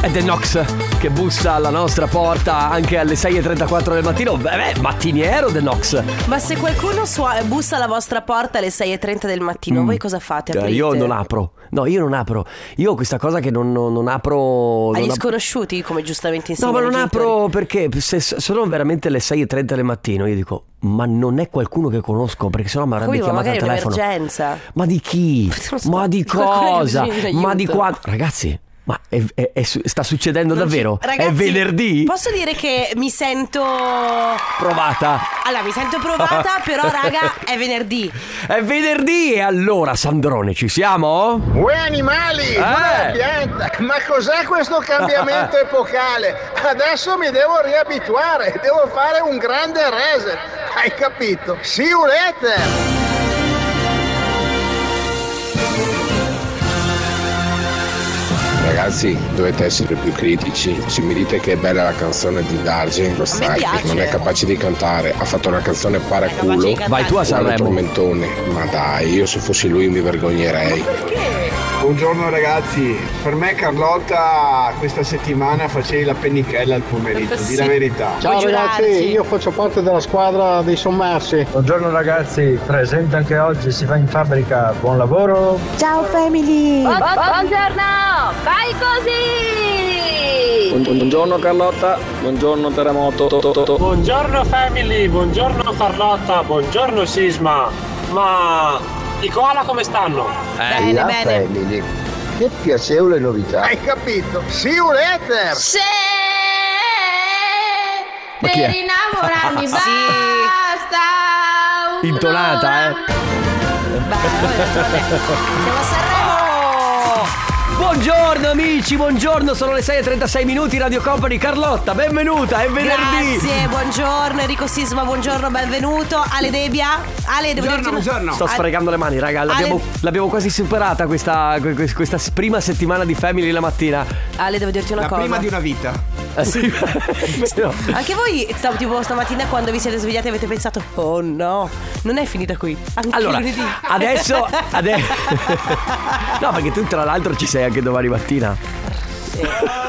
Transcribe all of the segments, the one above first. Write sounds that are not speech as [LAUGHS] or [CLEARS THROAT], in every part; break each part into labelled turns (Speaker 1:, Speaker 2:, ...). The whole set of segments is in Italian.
Speaker 1: è The Nox che bussa alla nostra porta anche alle 6.34 del mattino. Beh, beh, mattiniero The Nox.
Speaker 2: Ma se qualcuno sua- bussa alla vostra porta alle 6.30 del mattino, voi cosa fate?
Speaker 1: Eh,
Speaker 2: Aprite?
Speaker 1: Io non apro. No, io non apro. Io ho questa cosa che non, non- non apro.
Speaker 2: Agli
Speaker 1: non ap-
Speaker 2: sconosciuti, come giustamente
Speaker 1: No,
Speaker 2: insegnano
Speaker 1: ma non
Speaker 2: i genitori.
Speaker 1: apro perché se se sono veramente le 6.30 del mattino, io dico, ma non è qualcuno che conosco, perché sennò mi avrebbe
Speaker 2: Capito, ma
Speaker 1: chiamato al
Speaker 2: magari è
Speaker 1: telefono.
Speaker 2: un'emergenza.
Speaker 1: Ma di chi?
Speaker 2: [LAUGHS] Non so,
Speaker 1: ma di
Speaker 2: di qualcuno che
Speaker 1: cosa?
Speaker 2: bisogna di
Speaker 1: Ma di
Speaker 2: aiuto.
Speaker 1: quanto? Ragazzi, ma è- è- è su- sta succedendo
Speaker 2: Non ci-
Speaker 1: davvero?
Speaker 2: Ragazzi,
Speaker 1: è venerdì?
Speaker 2: Posso dire che mi sento. Allora,
Speaker 1: Provata.
Speaker 2: mi sento
Speaker 1: [LAUGHS]
Speaker 2: provata, però, raga, è venerdì.
Speaker 1: È venerdì e allora, Sandrone, ci siamo? Eh,
Speaker 3: Uè animali, ma,
Speaker 4: Eh,
Speaker 3: pianta, ma cos'è questo [LAUGHS] cambiamento epocale? Adesso mi devo riabituare, devo fare un grande reset, hai capito? See you later!
Speaker 5: Ragazzi, dovete essere più critici. Ci mi dite che è bella la canzone di Dargen, lo sai,
Speaker 2: piace.
Speaker 5: non è capace di cantare. Ha fatto una canzone paraculo,
Speaker 2: di cantare.
Speaker 1: Vai tu a
Speaker 5: un
Speaker 1: Sanremo.
Speaker 5: tormentone. Ma dai, io se fossi lui mi vergognerei.
Speaker 3: Buongiorno ragazzi, per me Carlotta questa settimana facevi la pennichella al pomeriggio,
Speaker 2: di la Sì.
Speaker 3: verità.
Speaker 2: Ciao, Puoi ragazzi, giurarci. io
Speaker 3: faccio parte della squadra dei sommersi.
Speaker 6: Buongiorno ragazzi, presente anche oggi, si va in fabbrica, buon lavoro.
Speaker 7: Ciao family!
Speaker 8: buongiorno, vai così!
Speaker 9: Buongiorno Carlotta, buongiorno Terremoto.
Speaker 6: Buongiorno family, buongiorno Carlotta, buongiorno Sisma. Ma i koala come stanno?
Speaker 2: Bene, bene.
Speaker 3: Che piacevole novità. Hai capito? See you later!
Speaker 8: Se
Speaker 1: Ma
Speaker 8: per
Speaker 1: chi è?
Speaker 10: [LAUGHS]
Speaker 2: [LAUGHS]
Speaker 8: innamorarmi
Speaker 1: Sì.
Speaker 8: basta
Speaker 1: Intonata, eh?
Speaker 2: Beh, vabbè, vabbè. Siamo a Sanremo.
Speaker 1: Oh, Buongiorno amici, buongiorno, sono le 6.36 minuti, Radio Company Carlotta, benvenuta, è venerdì!
Speaker 2: Grazie, buongiorno Enrico Sisma, buongiorno, benvenuto. Ale Devia. Ale, devo dirti. Buongiorno,
Speaker 1: Sto sfregando le mani, raga, l'abbiamo, l'abbiamo quasi superata questa, que- que- questa s- prima settimana di Family la mattina.
Speaker 2: Ale, devo dirti una cosa.
Speaker 3: una vita.
Speaker 1: Eh, sì.
Speaker 2: [LAUGHS]
Speaker 1: Vero?
Speaker 2: Anche voi, sta- tipo stamattina, quando vi siete svegliati, avete pensato: Oh no, non è finita qui. Anche
Speaker 1: Allora,
Speaker 2: lunedì.
Speaker 1: adesso... ade- no, perché tu tra l'altro ci sei anche domani mattina.
Speaker 2: [LAUGHS]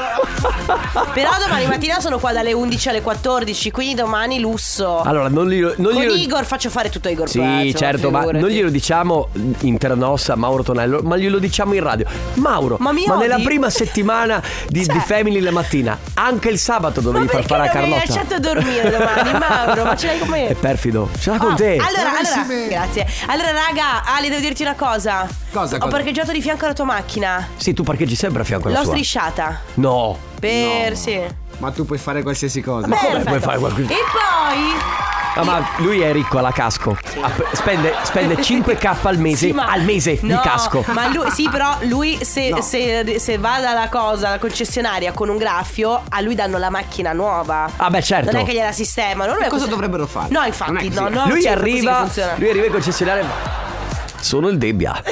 Speaker 2: Però domani mattina sono qua dalle 11 alle 14, quindi domani lusso.
Speaker 1: Allora, non glielo... Ah, Non
Speaker 2: Oh. Con
Speaker 1: glielo-
Speaker 2: Igor faccio fare tutto a Igor
Speaker 1: Sì,
Speaker 2: Pazzo,
Speaker 1: certo, ma
Speaker 2: figurati.
Speaker 1: non glielo diciamo internossa a Mauro Tonello, ma glielo diciamo in radio. Mauro,
Speaker 2: Ma mi odi?
Speaker 1: nella prima settimana di,
Speaker 2: Cioè-
Speaker 1: di Family la mattina, anche il sabato dovevi
Speaker 2: Ma
Speaker 1: far
Speaker 2: perché
Speaker 1: fare a
Speaker 2: non mi
Speaker 1: Carlotta.
Speaker 2: hai lasciato dormire
Speaker 1: [LAUGHS]
Speaker 2: domani, Mauro? Ma ce l'hai con me?
Speaker 1: È perfido. Ce l'ha
Speaker 2: Oh,
Speaker 1: con te.
Speaker 2: Allora, allora, grazie. Allora, raga, Ale, devo dirti una cosa.
Speaker 11: Cosa,
Speaker 2: Ho
Speaker 11: cosa?
Speaker 2: parcheggiato di fianco alla tua macchina.
Speaker 1: Sì, tu parcheggi sempre a fianco alla
Speaker 2: L'ho
Speaker 1: sua.
Speaker 2: strisciata.
Speaker 1: No.
Speaker 2: Per sì.
Speaker 11: Ma tu puoi fare qualsiasi cosa.
Speaker 1: come
Speaker 2: Perfetto.
Speaker 1: puoi fare qualcosa?
Speaker 2: E poi.
Speaker 1: Ah, ma lui è ricco alla casco. Ah, Spende, spende 5k al mese,
Speaker 2: Sì, ma-
Speaker 1: al mese di
Speaker 2: No,
Speaker 1: casco.
Speaker 2: Ma lui, sì, però lui se, se- se va dalla cosa, alla concessionaria con un graffio, a lui danno la macchina nuova.
Speaker 1: Ah, beh, certo.
Speaker 2: Non è che gliela sistemano. Non è
Speaker 11: cosa
Speaker 2: così-
Speaker 11: dovrebbero fare?
Speaker 2: No,
Speaker 11: Non è
Speaker 2: infatti,
Speaker 11: così.
Speaker 2: no, no, sì,
Speaker 1: lui
Speaker 2: è così che
Speaker 1: arriva
Speaker 2: funziona.
Speaker 1: lui arriva
Speaker 2: [LAUGHS]
Speaker 1: in concessionaria sono il debbia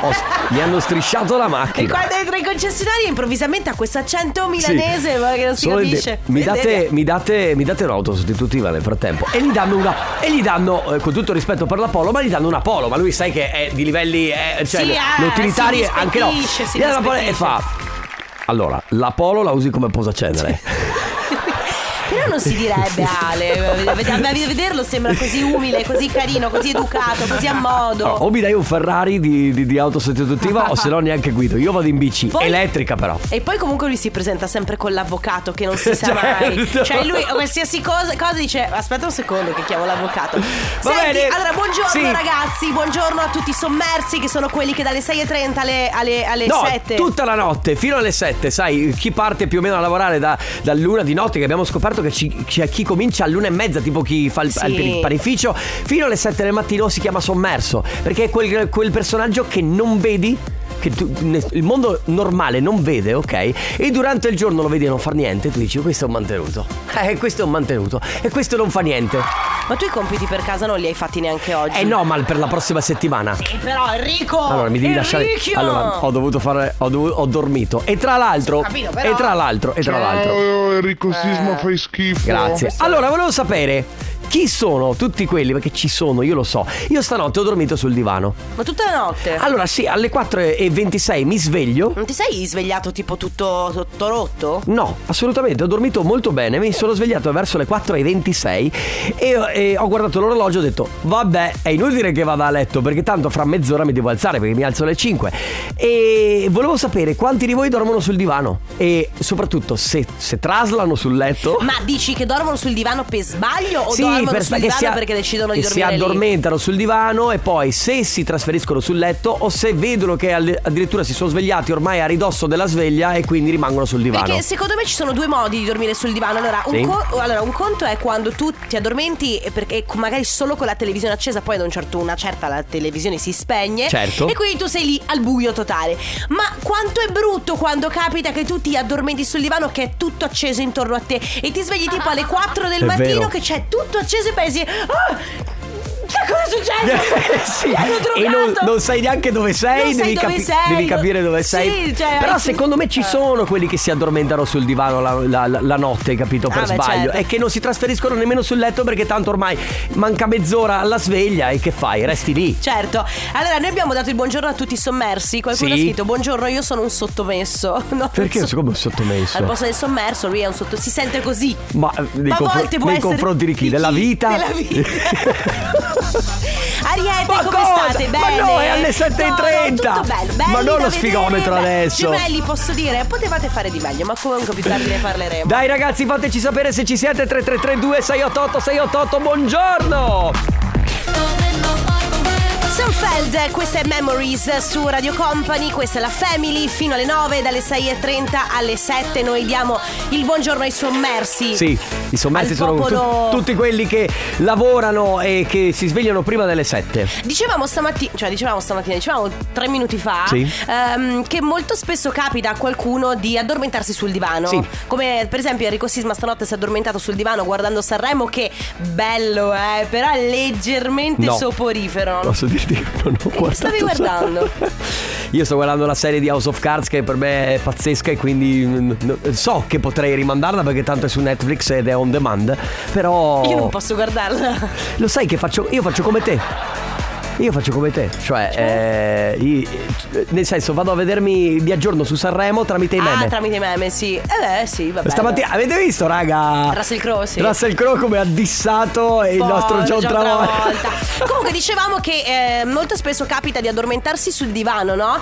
Speaker 1: Ho- mi hanno strisciato la
Speaker 2: E
Speaker 1: macchina
Speaker 2: quando entra in concessionaria improvvisamente ha questo accento milanese ma che non si
Speaker 1: Sono il
Speaker 2: capisce.
Speaker 1: de- mi, date,
Speaker 2: Vedete?
Speaker 1: mi, date, mi date un'auto sostitutiva nel frattempo e gli danno una e gli danno eh, con tutto il rispetto per la Polo ma gli danno una Polo ma lui sai che è di livelli eh, cioè
Speaker 2: Sì,
Speaker 1: le-
Speaker 2: ah,
Speaker 1: le utilitarie
Speaker 2: si
Speaker 1: anche no
Speaker 2: rispettisce, si
Speaker 1: gli danno la Polo e
Speaker 2: rispettisce.
Speaker 1: fa allora la Polo la usi come posacendere
Speaker 2: Però non si direbbe
Speaker 1: [LAUGHS]
Speaker 2: Ale, a ved- a vederlo sembra così umile, così carino, così educato, così a modo.
Speaker 1: No, o mi dai un Ferrari di, di- di auto sostitutiva o se no neanche guido io vado in bici
Speaker 2: Poi-
Speaker 1: elettrica però
Speaker 2: E poi comunque lui si presenta sempre con l'avvocato che non
Speaker 1: [LAUGHS]
Speaker 2: si sa
Speaker 1: Certo.
Speaker 2: mai. Cioè lui qualsiasi cosa, cosa dice aspetta un secondo che chiamo l'avvocato.
Speaker 1: Va
Speaker 2: Senti,
Speaker 1: bene.
Speaker 2: allora buongiorno
Speaker 1: Sì.
Speaker 2: ragazzi, buongiorno a tutti i sommersi che sono quelli che dalle 6.30 alle, alle, alle
Speaker 1: No,
Speaker 2: 7.
Speaker 1: tutta la notte, fino alle 7, sai, chi parte più o meno a lavorare da, dall'una di notte, che abbiamo scoperto che ci- c'è chi comincia all'una e mezza, tipo chi fa il,
Speaker 2: Sì.
Speaker 1: il panificio, fino alle 7 del mattino si chiama sommerso, perché è quel, quel personaggio che non vedi. Che tu- ne- il mondo normale non vede, ok? E durante il giorno lo vedi e non fa niente, tu dici questo è un mantenuto. [LAUGHS] Eh, questo è un mantenuto. E questo non fa niente.
Speaker 2: Ma tu i compiti per casa non li hai fatti neanche oggi.
Speaker 1: Eh no, ma per la prossima settimana.
Speaker 2: Eh, Però Enrico!
Speaker 1: Allora, mi devi lasciare.
Speaker 2: Enricchio!
Speaker 1: Allora, ho dovuto fare. Ho, dovu- ho dormito. E tra l'altro.
Speaker 2: Capito, però- Eh.
Speaker 1: E tra l'altro. E tra l'altro.
Speaker 5: Enrico Sisma fai schifo.
Speaker 1: Grazie. Allora, volevo sapere. Chi sono tutti quelli? Perché ci sono, io lo so. Io stanotte ho dormito sul divano.
Speaker 2: Ma tutta la notte?
Speaker 1: Allora, sì, alle 4.26 mi sveglio.
Speaker 2: Non ti sei svegliato tipo tutto, tutto rotto?
Speaker 1: No, assolutamente, ho dormito molto bene, mi sono svegliato verso le 4.26 e, e ho guardato l'orologio e ho detto vabbè è inutile che vada a letto perché tanto fra mezz'ora mi devo alzare perché mi alzo alle 5 e volevo sapere quanti di voi dormono sul divano e soprattutto se, se traslano sul letto
Speaker 2: Ma dici che dormono sul divano per sbaglio o dormono sul
Speaker 1: che
Speaker 2: divano
Speaker 1: si a-
Speaker 2: perché decidono di
Speaker 1: che
Speaker 2: dormire
Speaker 1: Si
Speaker 2: lì?
Speaker 1: addormentano sul divano e poi se si trasferiscono sul letto o se vedono che alle- addirittura si sono svegliati ormai a ridosso della sveglia e quindi rimangono sul divano.
Speaker 2: Perché secondo me ci sono due modi di dormire sul divano. Allora, un,
Speaker 1: Ah, Sì.
Speaker 2: co- allora, un conto è quando tu ti addormenti e perché co- magari solo con la televisione accesa, poi ad un certo, una certa la televisione si spegne.
Speaker 1: Certo.
Speaker 2: E quindi tu sei lì al buio totale. Ma quanto è brutto quando capita che tu ti addormenti sul divano che è tutto acceso intorno a te e ti svegli tipo
Speaker 1: [LAUGHS]
Speaker 2: alle 4 del
Speaker 1: È
Speaker 2: mattino
Speaker 1: vero.
Speaker 2: che c'è tutto acceso e pensi... "Ah, che cosa è
Speaker 1: Eh,
Speaker 2: successo?
Speaker 1: [LAUGHS] sì.
Speaker 2: Mi hanno
Speaker 1: E non,
Speaker 2: trovato!"
Speaker 1: non sai neanche dove sei,
Speaker 2: Non sai
Speaker 1: devi,
Speaker 2: dove sei,
Speaker 1: devi
Speaker 2: non-
Speaker 1: capire dove
Speaker 2: Sì,
Speaker 1: sei.
Speaker 2: cioè,
Speaker 1: Però
Speaker 2: hai-
Speaker 1: secondo me ci sono quelli che si addormentano sul divano la, la- la- la notte, capito? Per
Speaker 2: Ah, beh,
Speaker 1: sbaglio.
Speaker 2: certo.
Speaker 1: E che non si trasferiscono nemmeno sul letto perché tanto ormai manca mezz'ora alla sveglia e che fai? Resti lì.
Speaker 2: Certo, allora noi abbiamo dato il buongiorno a tutti i sommersi. Qualcuno
Speaker 1: Sì.
Speaker 2: ha scritto: Buongiorno, io sono un sottomesso. [LAUGHS] No, non
Speaker 1: Perché
Speaker 2: so-
Speaker 1: secondo me è sottomesso?
Speaker 2: Al posto del sommerso, lui è un sottomesso. Si sente così.
Speaker 1: Ma, eh, nei
Speaker 2: Ma a
Speaker 1: confro-
Speaker 2: volte può
Speaker 1: nei
Speaker 2: essere
Speaker 1: confronti di chi? Della vita?
Speaker 2: Della
Speaker 1: [LAUGHS]
Speaker 2: vita. Ariete,
Speaker 1: Ma
Speaker 2: come
Speaker 1: cosa?
Speaker 2: state?
Speaker 1: Ma
Speaker 2: Bene?
Speaker 1: no, è alle
Speaker 2: No,
Speaker 1: 7:30.
Speaker 2: no, tutto bello,
Speaker 1: Ma
Speaker 2: belli
Speaker 1: non
Speaker 2: da
Speaker 1: lo
Speaker 2: vedere.
Speaker 1: sfigometro
Speaker 2: Beh,
Speaker 1: adesso.
Speaker 2: Gemelli, posso dire, potevate fare di meglio, ma comunque più tardi ne parleremo.
Speaker 1: Dai ragazzi, fateci sapere se ci siete 3332 688 688. Buongiorno!
Speaker 2: Sunfeld, questa è Memories su Radio Company, questa è la Family fino alle 9, dalle 6.30 alle 7 noi diamo il buongiorno ai sommersi.
Speaker 1: Sì, i sommersi
Speaker 2: Al
Speaker 1: sono tu-
Speaker 2: popolo-
Speaker 1: tutti quelli che lavorano e che si svegliano prima delle 7.
Speaker 2: Dicevamo stamattina, cioè dicevamo stamattina, dicevamo tre minuti fa,
Speaker 1: Sì.
Speaker 2: ehm, che molto spesso capita a qualcuno di addormentarsi sul divano.
Speaker 1: Sì.
Speaker 2: Come per esempio Enrico Sisma stanotte si è addormentato sul divano guardando Sanremo, che bello eh, però leggermente
Speaker 1: No.
Speaker 2: soporifero.
Speaker 1: Posso dirti che non ho guardato
Speaker 2: stavi guardando?
Speaker 1: Io sto guardando la serie di House of Cards che per me è pazzesca e quindi mm, no- so che potrei rimandarla perché tanto è su Netflix ed è on demand. Però
Speaker 2: Io non posso guardarla.
Speaker 1: lo sai che faccio io faccio come te. Io faccio come te, cioè, eh, i- eh, nel senso vado a vedermi, mi aggiorno su Sanremo tramite i meme.
Speaker 2: Ah, tramite i meme, sì. Eh beh, sì, vabbè.
Speaker 1: Stamattina avete visto, raga?
Speaker 2: Russell Crowe, sì. Boh,
Speaker 1: Russell Crowe come ha dissato il
Speaker 2: Poi,
Speaker 1: nostro John Travolta.
Speaker 2: Comunque dicevamo che eh, molto spesso capita di addormentarsi sul divano, no?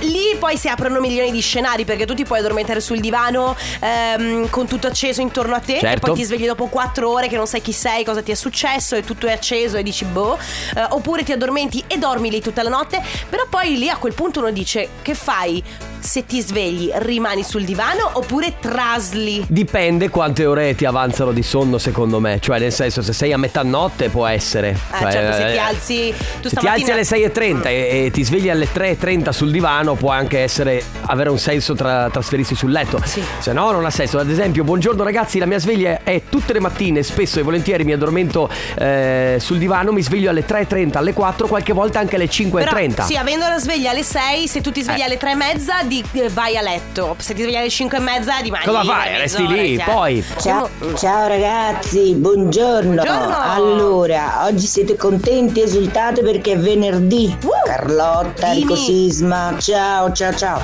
Speaker 2: Lì poi si aprono milioni di scenari perché tu ti puoi addormentare sul divano ehm, con tutto acceso intorno a te e
Speaker 1: Certo.
Speaker 2: poi ti svegli dopo quattro ore che non sai chi sei, cosa ti è successo e tutto è acceso e dici boh. Eh, oppure ti addormenti e dormi lì tutta la notte. Però poi lì a quel punto uno dice che fai se ti svegli? Rimani sul divano oppure trasli?
Speaker 1: Dipende quante ore ti avanzano di sonno, secondo me. Cioè, nel senso, se sei a metà notte può essere.
Speaker 2: Eh,
Speaker 1: Cioè,
Speaker 2: certo, se ti
Speaker 1: eh,
Speaker 2: alzi tu
Speaker 1: se ti alzi
Speaker 2: stamattina-
Speaker 1: alle 6.30 e, e ti svegli alle 3.30 sul divano può anche essere avere un senso tra, trasferirsi sul letto. Se no non ha senso. Ad esempio, buongiorno ragazzi, la mia sveglia è tutte le mattine, spesso e volentieri mi addormento eh, sul divano, mi sveglio alle 3.30, alle 4, qualche volta anche alle 5.30.
Speaker 2: Però, sì, avendo la sveglia alle 6, se tu ti svegli
Speaker 1: Eh.
Speaker 2: alle 3 e mezza, di- eh, vai a letto. Se ti svegli alle 5 e mezza, rimani
Speaker 1: Cosa
Speaker 2: lì
Speaker 1: fai?
Speaker 2: per
Speaker 1: Resti
Speaker 2: mezz'ora,
Speaker 1: lì,
Speaker 2: chiaro.
Speaker 1: poi.
Speaker 7: Ciao, ciao ragazzi, buongiorno.
Speaker 2: Buongiorno.
Speaker 7: Allora, oggi siete contenti e esultate perché è venerdì. Carlotta,
Speaker 2: Uh, Dimmi.
Speaker 7: Enrico Sisma, ciao ciao ciao.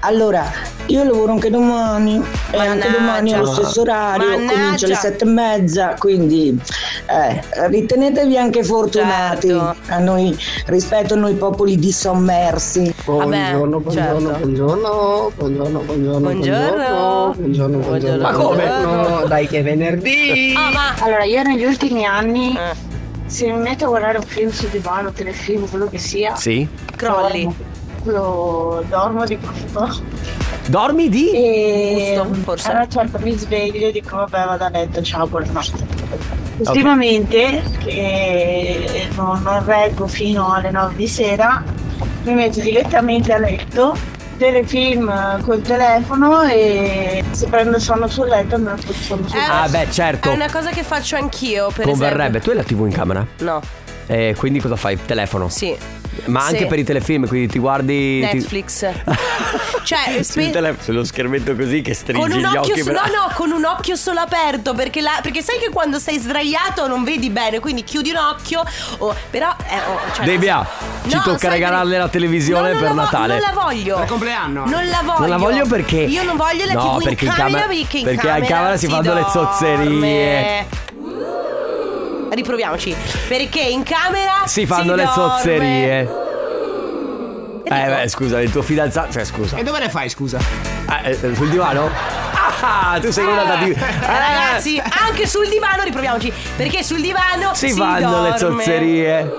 Speaker 7: Allora, io lavoro anche domani e
Speaker 2: Mannaggia.
Speaker 7: anche domani allo stesso orario,
Speaker 2: Mannaggia.
Speaker 7: comincio alle sette e mezza, quindi eh, ritenetevi anche fortunati
Speaker 2: Certo.
Speaker 7: a noi, rispetto a noi popoli dissommersi.
Speaker 2: Vabbè,
Speaker 11: Buongiorno, buongiorno,
Speaker 2: certo.
Speaker 11: buongiorno, buongiorno, buongiorno,
Speaker 2: Buongiorno.
Speaker 11: buongiorno, buongiorno, buongiorno.
Speaker 1: Ma come?
Speaker 11: Buongiorno, dai che è venerdì!
Speaker 2: Ah, ma
Speaker 12: Allora, io negli ultimi anni,
Speaker 2: Eh.
Speaker 12: se mi metto a guardare un film sul divano, telefilm, quello che sia,
Speaker 1: Sì.
Speaker 2: crolli.
Speaker 12: dormo. Lo dormo di brutto.
Speaker 1: Dormi di?
Speaker 12: E
Speaker 2: Gusto, forse.
Speaker 12: allora certo mi sveglio e dico vabbè vado a letto, ciao, buonanotte. Ultimamente, che non, non reggo fino alle 9 di sera, mi metto direttamente a letto, telefilm col telefono e se prendo sonno sul letto me lo faccio sonno sul
Speaker 2: Eh,
Speaker 12: letto.
Speaker 1: Ah, beh, certo.
Speaker 2: È una cosa che faccio anch'io, per
Speaker 1: Converrebbe. Tu hai la TV in camera?
Speaker 2: esempio. No,
Speaker 1: Eh, quindi cosa fai? Telefono.
Speaker 2: sì.
Speaker 1: Ma anche
Speaker 2: Sì.
Speaker 1: per i telefilm, quindi ti guardi... ti-
Speaker 2: Netflix.
Speaker 1: [LAUGHS]
Speaker 2: cioè,
Speaker 1: Sul
Speaker 2: spe-
Speaker 1: telefono, sullo schermetto così che
Speaker 2: con
Speaker 1: stringi
Speaker 2: un
Speaker 1: gli
Speaker 2: occhio
Speaker 1: occhi.
Speaker 2: solo,
Speaker 1: per-
Speaker 2: no, no, con un occhio solo aperto. Perché, la- perché sai che quando sei sdraiato non vedi bene, quindi chiudi un occhio. o- però, eh, oh, cioè,
Speaker 1: Debbia, ci
Speaker 2: No,
Speaker 1: tocca
Speaker 2: sai
Speaker 1: regalarle
Speaker 2: perché-
Speaker 1: la televisione
Speaker 2: No, non
Speaker 1: per
Speaker 2: la vo-
Speaker 1: Natale.
Speaker 2: non la voglio. Per
Speaker 13: compleanno.
Speaker 2: Non la voglio.
Speaker 1: Non la voglio perché.
Speaker 2: Io non voglio la
Speaker 1: no,
Speaker 2: TV
Speaker 1: perché
Speaker 2: in camera,
Speaker 1: camera-
Speaker 2: perché in
Speaker 1: perché a
Speaker 2: camera,
Speaker 1: camera si fanno le zozzerie.
Speaker 2: dorme. Riproviamoci. Perché in camera
Speaker 1: Si
Speaker 2: si
Speaker 1: fanno le
Speaker 2: dorme.
Speaker 1: zozzerie. Eh beh, scusa, il tuo fidanzato. Cioè, scusa.
Speaker 13: E dove le fai, scusa?
Speaker 1: Ah, eh, sul divano? Ah, tu sei una da di-
Speaker 2: Eh, Ragazzi, anche sul divano riproviamoci. Perché sul divano si,
Speaker 1: Si fanno le
Speaker 2: dorme.
Speaker 1: zozzerie.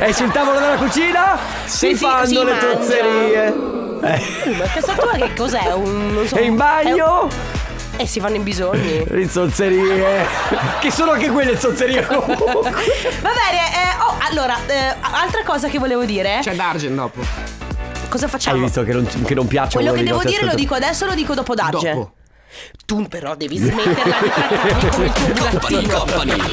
Speaker 1: E sul tavolo della cucina? Si
Speaker 2: Sì, sì,
Speaker 1: fanno
Speaker 2: si
Speaker 1: le
Speaker 2: mangia.
Speaker 1: zozzerie. Eh,
Speaker 2: Uh, Ma questa tua che cos'è? Un, non so,
Speaker 1: E in
Speaker 2: è
Speaker 1: bagno?
Speaker 2: un- Eh, si fanno i bisogni.
Speaker 1: Le zozzerie. che sono anche
Speaker 2: [LAUGHS]
Speaker 1: quelle zozzerie comunque.
Speaker 2: Va bene, eh, oh, allora, eh, altra cosa che volevo dire.
Speaker 13: C'è Dargen dopo.
Speaker 2: Cosa
Speaker 1: Hai
Speaker 2: facciamo?
Speaker 1: visto che non, che non piacciono
Speaker 2: Quello
Speaker 1: le
Speaker 2: che devo
Speaker 1: nostre
Speaker 2: dire lo
Speaker 1: ascoltatrici?
Speaker 2: dico adesso, lo dico dopo Darge.
Speaker 1: Dopo.
Speaker 2: Tu però [LAUGHS] devi smetterla di
Speaker 1: [LAUGHS]
Speaker 2: trattarmi come il tuo burattino.